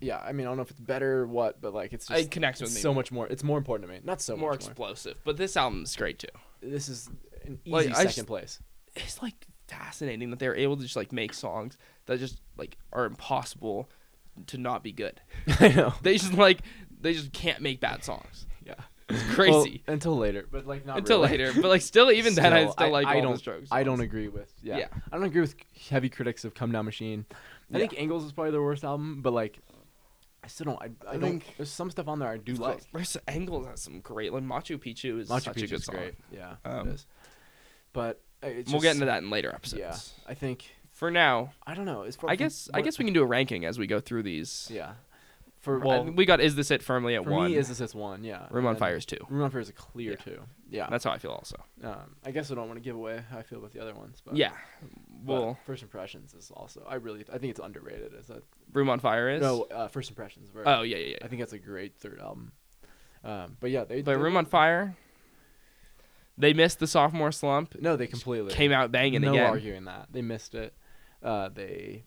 A: Yeah, I mean, I don't know if it's better or what, but like, it's just
B: it connects with
A: it's
B: me
A: so much more. It's more important to me. Not so
B: more
A: much more.
B: explosive, but this album's great too.
A: this is an easy
B: Like, I
A: second
B: just-
A: place.
B: It's like fascinating that they're able to just like make songs that just like are impossible to not be good.
A: I know.
B: They just like they just can't make bad songs.
A: Yeah.
B: It's crazy.
A: Well, until later, but like not
B: Until
A: really.
B: later, but like still, even then, I
A: Still,
B: still like all
A: don't,
B: the strokes.
A: I don't agree with. Yeah.
B: Yeah.
A: I don't agree with heavy critics of Come Down Machine. I think Angles is probably their worst album, but like, I still don't. I, I, don't.
B: think-
A: There's some stuff on there I do
B: Of
A: like.
B: course. Versus Angles has some great. Like Machu Picchu is
A: Machu
B: such a
A: Picchu
B: good
A: is
B: song.
A: great. Yeah,
B: Um,
A: it is. But uh, it's
B: we'll
A: just-
B: get into that in later episodes.
A: Yeah, I think
B: For now,
A: I don't know. It's
B: I guess I guess we can do a ranking as we go through these.
A: Yeah. For
B: I
A: well,
B: think we got is this it firmly at
A: for
B: one.
A: me, is this it's one? Yeah.
B: Room
A: and
B: on
A: then
B: Fire is two.
A: Room on Fire is a clear
B: Yeah.
A: two. Yeah.
B: That's how I feel also.
A: Um, I guess I don't want to give away how I feel about the other ones, but
B: yeah.
A: but
B: Well,
A: First Impressions is also I really I think it's underrated. Is that
B: Room on Fire is.
A: no uh, First Impressions? Very,
B: Oh yeah yeah
A: I
B: yeah.
A: think that's a great third album. Um, but yeah, they
B: But
A: they-
B: Room on Fire, they missed the sophomore slump.
A: no they completely
B: Came out banging
A: no
B: again.
A: arguing that they missed it. Uh, they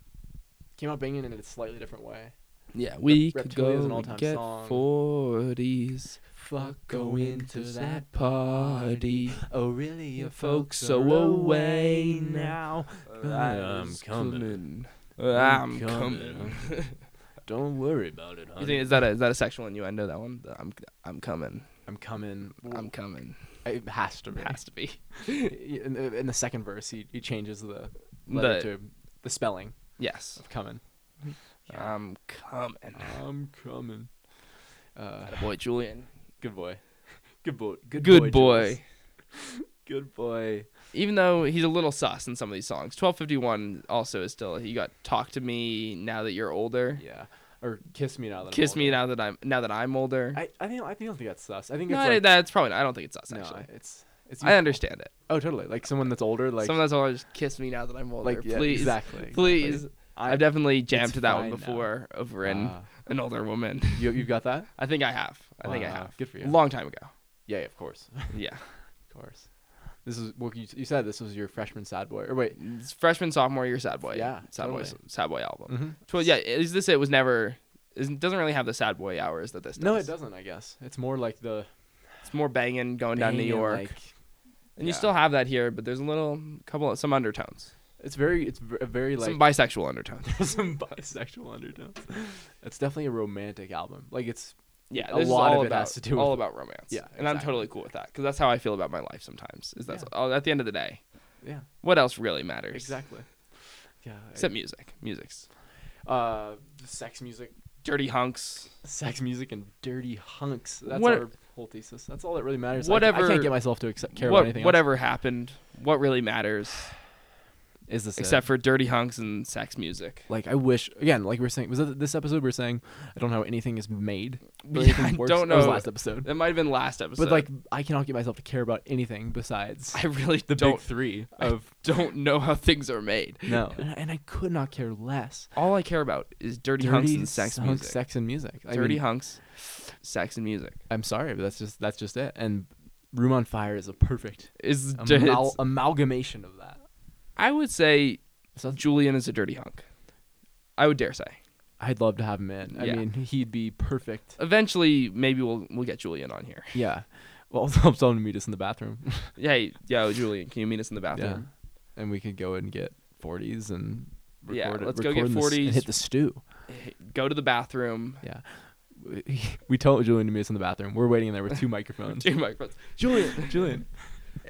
A: came out banging in a slightly different way.
B: Yeah, we
A: Rep-
B: could
A: Reptilia
B: go
A: is an all-time
B: and get
A: song.
B: forties.
A: Fuck
B: Going to that party.
A: Oh really?
B: You folks so away now.
C: I'm coming.
B: Uh, I'm
C: I'm
B: coming.
C: coming. Don't worry about it,
B: you think is that a, is that a sexual innuendo? That one. The I'm I'm coming.
A: I'm coming.
B: I'm coming.
A: it has to be.
B: Has to be.
A: in, the, in the second verse, he, he changes the letter
B: The-
A: to the spelling
B: Yes.
A: of coming.
B: I'm coming.
A: I'm coming. Uh,
B: Boy, Julian.
A: good boy. Good boy.
B: Good, boy.
A: Jules. Good boy.
B: Even though he's a little sus in some of these songs. 1251 also is still. You got Talk to Me Now That You're Older.
A: Yeah. Or kiss me now that I'm
B: Kiss Me
A: older.
B: Now That I'm Now That I'm Older.
A: I, I think I think I don't think that's sus. I think
B: no,
A: it's like,
B: that's probably not. I don't think it's sus,
A: no,
B: actually.
A: it's it's.
B: I, understand it.
A: Oh, totally. Like someone that's older. Like
B: some of that's all just kiss me now that I'm older.
A: like yeah,
B: please.
A: exactly.
B: Please.
A: exactly.
B: I've definitely jammed
A: it's
B: to that one
A: fine now.
B: before over in
A: Ah.
B: an older woman.
A: you you've got that.
B: I think I have. I think I
A: Wow,
B: have.
A: Good for you.
B: Long time ago.
A: yeah, of course,
B: Yeah.
A: of course. This is well, you, you said this was your freshman sad boy. Or wait,
B: It's freshman, sophomore year, Sad Boy.
A: Yeah,
B: Sad Boy,
A: totally.
B: Sad Boy album.
A: Mhm.
B: Well, yeah, is this it was never it doesn't really have the sad boy hours that this does.
A: no, it doesn't. I guess it's more like the
B: It's more banging going down New
A: banging,
B: York.
A: like,
B: and you
A: yeah.
B: still have that here, but there's a little couple of some undertones.
A: It's very, it's v- a very like
B: some bisexual undertones.
A: some bisexual undertones. It's definitely a romantic album. Like it's
B: Yeah,
A: A
B: this is
A: lot
B: all
A: of it
B: about,
A: has to do
B: all
A: with-
B: about romance.
A: Yeah,
B: And I'm
A: exactly.
B: totally cool with that because that's how I feel about my life sometimes. Is that's oh, at the end of the day,
A: yeah,
B: what else really matters?
A: exactly. Yeah.
B: Except music. Music's
A: uh, sex music,
B: dirty hunks.
A: sex music, and dirty hunks. That's
B: What-
A: our whole thesis. That's all that really matters. I- I,
B: Whatever-
A: can't get myself to accept, care
B: what,
A: about anything. else.
B: whatever happened, what really matters.
A: Is this
B: except for dirty hunks and sax music.
A: like I wish again, like we were saying, was that this episode we were saying? I don't know how anything is made. or
B: Yeah,
A: anything
B: I
A: works.
B: don't
A: That was
B: know.
A: last episode.
B: That might have been last episode.
A: But like, I cannot get myself to care about anything besides
B: I really
A: the
B: don't
A: big three
B: I-
A: of
B: don't know how things are made.
A: no, and, and I could not care less.
B: All I care about is dirty, hunks and sax
A: hunks,
B: music.
A: sex, and music. I
B: dirty
A: mean,
B: hunks, sax and music.
A: I'm sorry, but that's just that's just it. And Room on Fire is a perfect
B: Is
A: amal- amalgamation of that.
B: I would say
A: So
B: Julian is a dirty hunk. I would dare say.
A: I'd love to have him in. I
B: Yeah.
A: mean, he'd be perfect.
B: Eventually, maybe we'll we'll get Julian on here.
A: Yeah. Well, I'm telling him to meet us in the bathroom.
B: Hey, yo, Julian, can you meet us in the
A: yeah.
B: bathroom?
A: And we could go and get 40s and record
B: Yeah,
A: it-
B: let's go get
A: record in the s- and
B: 40s.
A: hit the stew.
B: Hey, Go to the bathroom.
A: We- We told Julian to meet us in the bathroom. We're waiting in there with two microphones.
B: Two microphones.
A: Julian, Julian.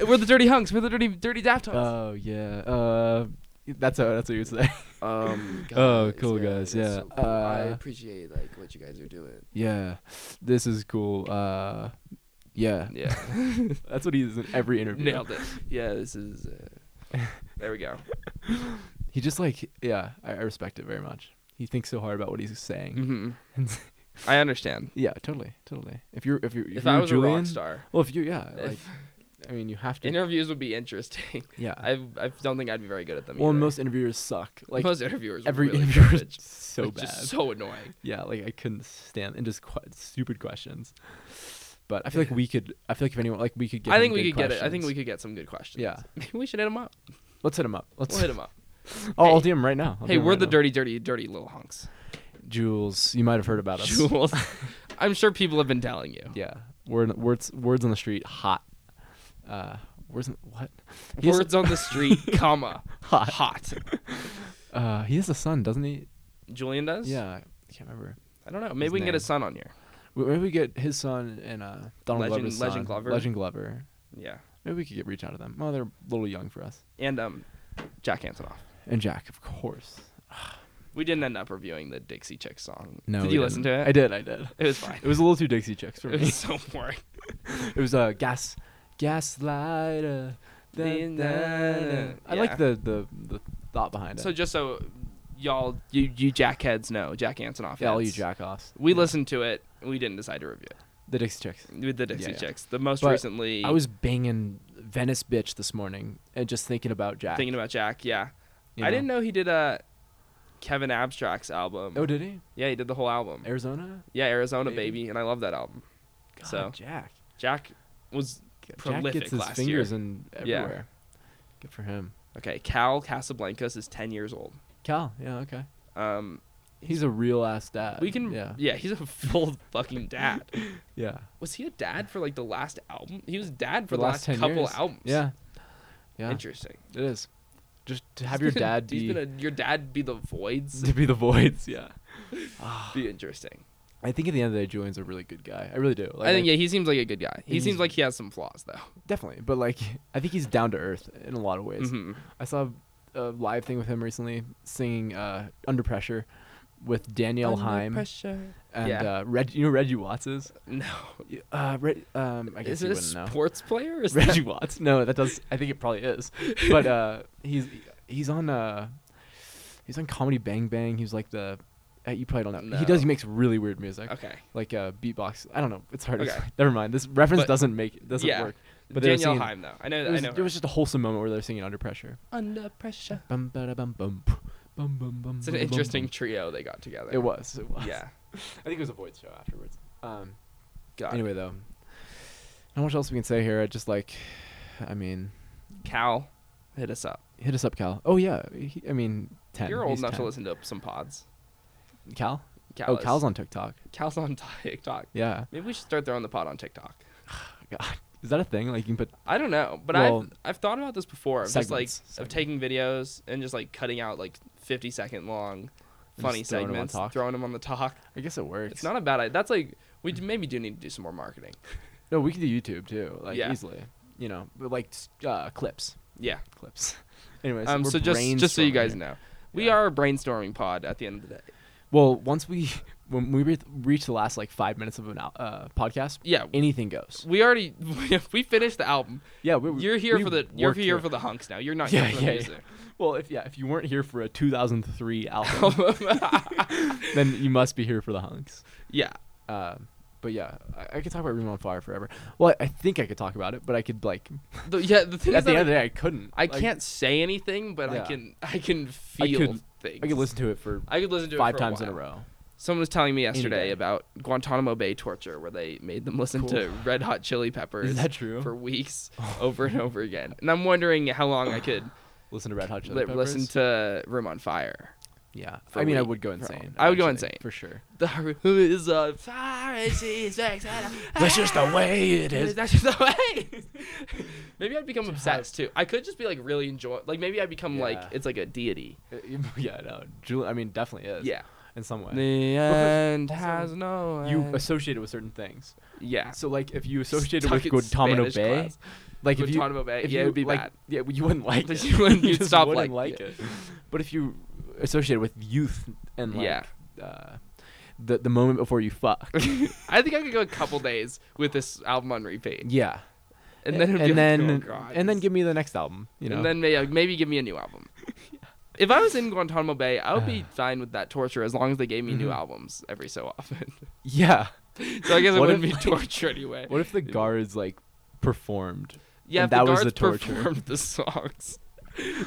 B: We're the dirty hunks. We're the dirty, dirty daft hunks.
A: Oh yeah. Uh, that's how that's what you would say.
C: Um,
A: Oh, cool, guys,
C: that's
A: yeah.
C: so cool. I
A: Uh,
C: appreciate like what you guys are doing.
A: Yeah, this is cool. Uh, yeah,
B: yeah,
A: that's what he is in every interview.
B: nailed it. Yeah, this is. Uh, there we go.
A: He just like yeah, I, I respect it very much. He thinks so hard about what he's saying.
B: hmm I understand.
A: Yeah, totally, totally. If you're if you're if,
B: If
A: you're
B: I was
A: Julian,
B: a rock star,
A: well, if you yeah, like
B: if-
A: I mean, you have to.
B: interviews would be interesting.
A: yeah.
B: I I don't think I'd be very good at them.
A: well,
B: either.
A: most interviewers suck. Like
B: most interviewers
A: every
B: really
A: interviewer
B: garbage.
A: is so
B: Like,
A: bad.
B: just so annoying.
A: Yeah, like I couldn't stand and just qu- stupid questions. But I feel like we could. I feel like if anyone like we could get.
B: I
A: him
B: think we
A: good
B: could get it. I think we
A: questions.
B: could get some good questions.
A: Yeah.
B: Maybe we should hit them up.
A: Let's hit him up. Let's
B: We'll hit them up.
A: Oh, I'll
B: Hey.
A: DM him right now. I'll
B: hey,
A: DM him
B: we're
A: right
B: the
A: now.
B: dirty, dirty, dirty little hunks.
A: Jules. You might have heard about us.
B: Jules. I'm sure people have been telling you.
A: Yeah, word, words words on the street hot. Uh, words on- what? He has a-
B: Words on the street, comma,
A: hot.
B: hot.
A: Uh, he has a son, doesn't he?
B: Julian does?
A: Yeah, I can't remember.
B: I don't know. Maybe we can get
A: name.
B: his son on here.
A: W- Maybe we get his son and uh Donald
B: Legend-
A: Glover's
B: Legend
A: son,
B: Glover?
A: Legend Glover.
B: Yeah.
A: Maybe we could get reach out to them. Well, they're a little young for us.
B: And um, Jack Antonoff.
A: And Jack, of course.
B: We didn't end up reviewing the Dixie Chick song.
A: No,
B: Did
A: we
B: you listen to
A: didn't.
B: it?
A: I did. I did.
B: It was fine.
A: It was a little too Dixie Chicks for
B: It
A: me.
B: was so boring.
A: it was uh, gas, gaslighter. Da,
B: Then,
A: da, da. I
B: yeah.
A: like the, the the thought behind it.
B: So just so y'all, you you jackheads know, Jack Antonoff.
A: yeah, all you
B: heads,
A: jackoffs.
B: We
A: Yeah.
B: listened to it. We didn't decide to review it
A: the Dixie Chicks.
B: with the Dixie
A: yeah.
B: Chicks. The most
A: But
B: recently,
A: I was banging Venice bitch this morning and just thinking about Jack.
B: thinking about Jack. Yeah,
A: you
B: I
A: know?
B: didn't know he did a Kevin Abstract's album.
A: Oh, did he?
B: yeah, he did the whole album.
A: Arizona.
B: yeah, Arizona
A: Baby.
B: Baby. and I love that album.
A: God,
B: So-
A: Jack.
B: Jack was
A: Jack
B: Prolific
A: gets his
B: last
A: fingers in
B: Yeah.
A: everywhere. Good for him.
B: okay. Cal Casablancas is ten years old.
A: Cal. Yeah. Okay.
B: Um,
A: He's a real ass dad.
B: we can.
A: Uh, Yeah.
B: yeah, he's a full fucking dad.
A: Yeah.
B: Was he a dad for like the last album? He was dad for
A: For
B: the last,
A: 10
B: couple
A: years.
B: albums.
A: Yeah. Yeah.
B: Interesting.
A: It is. Just to have your dad
B: He's
A: be
B: been a- your dad be the voids.
A: to be the voids. Yeah. Ah,
B: be interesting.
A: I think at the end of the day, Julian's a really good guy. I really do. Like,
B: I think yeah, he seems like a good guy. He
A: He's-
B: seems like he has some flaws though.
A: definitely. But like, I think he's down to earth in a lot of ways.
B: Mhm.
A: I saw a live thing with him recently, singing uh, "Under Pressure" with Danielle
B: Under
A: Heim
B: pressure.
A: and
B: Yeah.
A: uh, Reg. You know Reggie Watts is.
B: No,
A: Uh, Reg, um, I guess
B: is
A: you
B: it a
A: wouldn't know.
B: sports player? or Is that-
A: Reggie Watts? No, that does. I think it probably is. But uh, he's he's on uh, he's on Comedy Bang Bang. He's like the. Uh, you probably don't know. He does. He
B: No.
A: makes really weird music,
B: okay?
A: like uh, beatbox. I don't know. It's hard. to
B: Okay.
A: explain. Never mind. This reference
B: But-
A: doesn't make doesn't
B: yeah.
A: work. But
B: But
A: they were
B: Danielle
A: singing-
B: Heim though. I know.
A: It was,
B: I know.
A: it was just a wholesome moment where they're singing under pressure.
B: under pressure.
A: Bum, ba, bum, bum, pff, bum, bum, bum,
B: It's an
A: bum, bum,
B: interesting
A: bum.
B: trio they got together.
A: It was. It was.
B: Yeah.
A: I think it was a void show afterwards. Um.
B: God.
A: Anyway, though, not much else we can say here. I just like, I mean,
B: Cal, hit us up.
A: hit us up, Cal. Oh yeah. He, I mean, ten.
B: You're old
A: He's
B: enough to
A: 10.
B: listen to some pods.
A: Cal.
B: Cal
A: oh,
B: is-
A: Cal's on TikTok.
B: Cal's on TikTok.
A: Yeah. Oh,
B: Maybe we should start throwing the pod on TikTok.
A: God. Is that a thing? Like you can put.
B: I don't know, but
A: Well,
B: I've I've thought about this before. Of just like
A: segments,
B: of
A: segments.
B: taking videos and just like cutting out like fifty second long,
A: And
B: funny
A: just throwing 'em on
B: segments,
A: talk.
B: throwing them on the talk.
A: I guess it works.
B: It's not a bad idea. That's like we d- maybe do need to do some more marketing.
A: No, we can do YouTube too. Like
B: Yeah.
A: easily. You know, but like s- uh, clips.
B: Yeah.
A: Clips. Anyways,
B: Um.
A: we're
B: So just just so you
A: brainstorming
B: guys
A: here.
B: know, we
A: Yeah.
B: are a brainstorming pod. At the end of the day,
A: Well, once we when we re- reach the last like five minutes of an al- uh, podcast,
B: Yeah.
A: anything goes.
B: We already we finished the album.
A: Yeah, we, we-
B: You're here
A: we
B: for the you're
A: worked
B: here
A: through
B: for the hunks now. You're not
A: Yeah,
B: here for the
A: yeah,
B: music.
A: it. Well, if yeah, if you weren't here for a 2003 album, then you must be here for the hunks.
B: yeah.
A: Um, but yeah, I, I could talk about Room on Fire forever. Well, I, I think I could talk about it, but I could like
B: The, yeah, the thing is
A: at the
B: that
A: end of the day, I couldn't.
B: I, I
A: Like,
B: can't say anything, but
A: Yeah.
B: I can I can feel
A: could-
B: things.
A: I could listen to it for
B: I could listen to it
A: five
B: for
A: times in a
B: while.
A: row.
B: Someone was telling me
A: day.
B: yesterday about Guantanamo Bay torture, where they made them listen to Red Hot Chili Peppers
A: Is that true?
B: for weeks over and over again. And I'm wondering how long I could
A: listen to Red Hot Chili
B: li-
A: Peppers.
B: listen to Room on Fire.
A: yeah.
B: for
A: I mean, I
B: week-
A: would go
B: for a
A: insane.
B: while. I would go
A: eventually,
B: insane.
A: for sure.
B: The room is on fire. it's- it's- it's-
C: That's just the way it is.
B: That's just the way. maybe I'd become obsessed too. I could just be like really enjoy. Like maybe I become like
A: Yeah.
B: it's like a deity.
A: yeah, no, Julie. I mean, definitely is.
B: Yeah.
A: in some way.
B: The end
A: also,
B: has no.
A: You
B: end.
A: associate it with certain things.
B: yeah.
A: So like if you associated
B: Stuck
A: with
B: in
A: Guantanano
B: Spanish
A: Bay,
B: class.
A: like if you
B: Guantanamo Bay.
A: if
B: yeah,
A: you,
B: it would be
A: like,
B: bad.
A: Uh, Yeah, you wouldn't like
B: But
A: it.
B: you wouldn't- you'd
A: just
B: stop
A: wouldn't
B: like-
A: like it. But if you associate it with youth and like
B: Yeah.
A: uh, the the moment before you fuck.
B: I think I could go a couple days with this album on repeat,
A: yeah.
B: and then it'd be
A: and
B: like,
A: then
B: oh, God,
A: and then
B: this-
A: give me the next album, you know.
B: and then maybe, maybe give me a new album. If I was in Guantanamo Bay, I would
A: Uh.
B: be fine with that torture as long as they gave me new
A: Mhm.
B: albums every so often.
A: yeah.
B: so I guess it
A: What if,
B: wouldn't be
A: like-
B: torture anyway.
A: What if the guards like performed?
B: yeah,
A: and
B: if the
A: that was
B: guards
A: the torture?
B: performed the songs.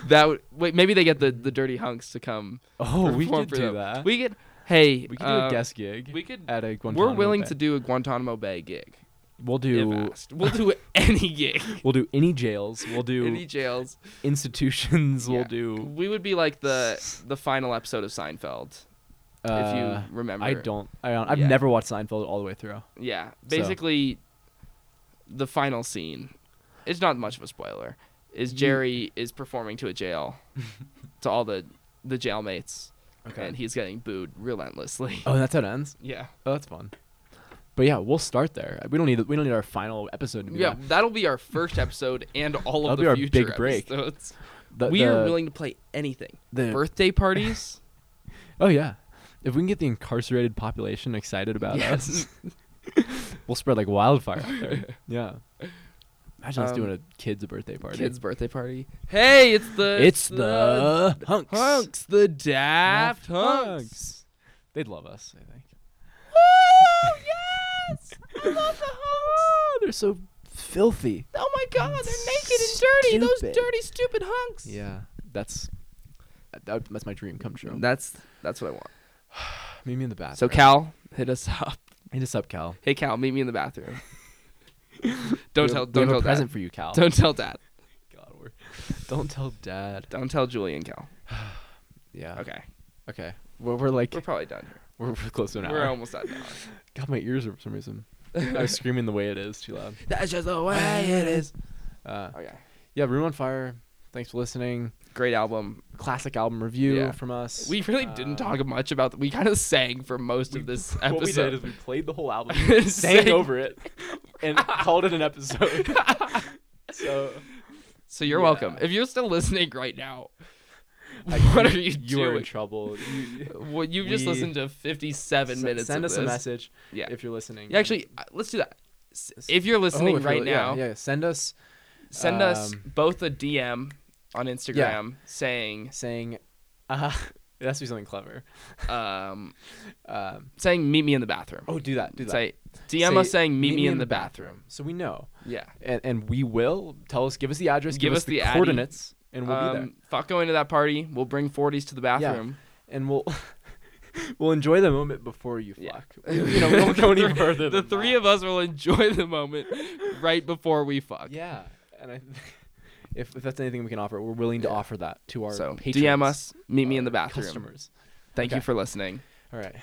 B: That would wait. Maybe they get the, the dirty hunks to come.
A: Oh, we
B: perform
A: could
B: for
A: do
B: them.
A: that.
B: We could. Hey,
A: we could do
B: uh,
A: a guest gig
B: We could.
A: at a Guantanamo.
B: We're willing
A: Bay.
B: to do a Guantanamo Bay gig.
A: We'll
B: If
A: do
B: asked, we'll do any gig,
A: we'll do any jails. We'll do
B: any jails.
A: institutions.
B: Yeah.
A: We'll do.
B: We would be like the the final episode of Seinfeld,
A: Uh,
B: if you remember.
A: I don't. I don't. I've
B: Yeah.
A: never watched Seinfeld all the way through.
B: Yeah, basically, the final scene. It's not much of a spoiler. Is
A: Ye-
B: Jerry is performing to a jail, to all the the jailmates, and he's getting booed relentlessly.
A: Oh, that's how it ends.
B: Yeah,
A: Oh, that's fun. But yeah, we'll start there. We don't need. We don't need our final episode. To be
B: yeah.
A: that.
B: That'll be our first episode and all
A: That'll
B: of the
A: be our
B: future
A: big break.
B: episodes.
A: The-
B: we are
A: the-
B: willing to play anything.
A: the-
B: Birthday parties.
A: oh yeah. If we can get the incarcerated population excited about
B: yes.
A: us, we'll spread like wildfire. Out there. Yeah. Imagine us
B: Um,
A: doing a kid's birthday party.
B: Kids' birthday party. Hey, it's the
A: it's the hunks.
B: Hunks, the Daft Hunks.
A: They'd love us, I think.
B: yes! I love the
A: Oh, they're so filthy.
B: Oh my god,
A: they're naked and dirty, those Stupid. dirty,
B: stupid hunks.
A: Yeah, that's that, that's my dream come true.
B: That's that's what I want.
A: meet me in the bathroom.
B: So Cal, hit us up.
A: hit us up, Cal.
B: Hey Cal, meet me in the bathroom. don't
A: We have- we
B: tell don't
A: have
B: tell
A: a
B: dad.
A: present for you, Cal.
B: Don't tell dad.
A: God, we're- don't tell Dad.
B: Don't tell Julian Cal.
A: Yeah.
B: Okay.
A: Okay. We're, we're like
B: We're probably done here.
A: we're, we're close to an
B: We're
A: hour.
B: almost at an hour.
A: God, my ears are for some reason. I was screaming the way it is too loud.
C: That's just the
A: way it is. Uh,
B: Okay.
A: yeah, Room on Fire. Thanks for listening.
B: Great album.
A: Classic album review
B: Yeah.
A: from us.
B: We really
A: Uh,
B: didn't talk much about th- we kind of sang for most of this episode.
A: What we did is we played the whole album, sang
B: Sang-
A: over it, and called it an episode. so
B: So you're
A: Yeah.
B: welcome. If you're still listening right now,
A: I-
B: what are you,
A: You
B: doing?
A: are in trouble. You,
B: Well, you've just
A: We-
B: listened to 57
A: S-
B: minutes.
A: Send
B: of
A: us
B: this.
A: a message
B: Yeah.
A: if you're listening.
B: Yeah, actually, uh, let's do that. S- If you're
A: Oh,
B: listening
A: if you're
B: right
A: li- yeah,
B: now,
A: Yeah, send us
B: send us
A: Um,
B: both a DM on Instagram saying,
A: saying, uh, it has to be something clever.
B: um,
A: Um,
B: saying meet me in the bathroom.
A: oh, do that. Do that.
B: Say DM
A: Say,
B: us saying meet, me in, the bathroom.
A: So we know,
B: Yeah.
A: and, and we will tell us. Give us the address. Give,
B: Give
A: us,
B: us
A: the,
B: the addy.
A: coordinates, and we'll be there.
B: Um, fuck going to that party. We'll bring 40s to the bathroom.
A: And we'll we'll enjoy the moment before you
B: Yeah.
A: fuck. You know, we won't go any
B: The
A: further.
B: The
A: than
B: three
A: that.
B: of us will enjoy the moment right before we fuck.
A: Yeah, and I, if, if that's anything we can offer, we're willing to offer that to our
B: So
A: patrons,
B: DM us, meet me in the
A: our
B: bathroom.
A: Customers.
B: Thank you
A: Okay.
B: for listening.
A: All right.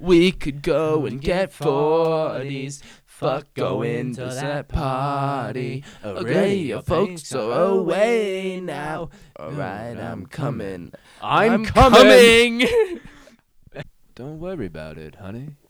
B: We could go
C: and get 40s. Fuck going to that party. Array of folks are away now. Mm-hmm.
B: Alright, I'm coming.
A: I'm,
B: Um, coming.
A: Don't worry about it, honey.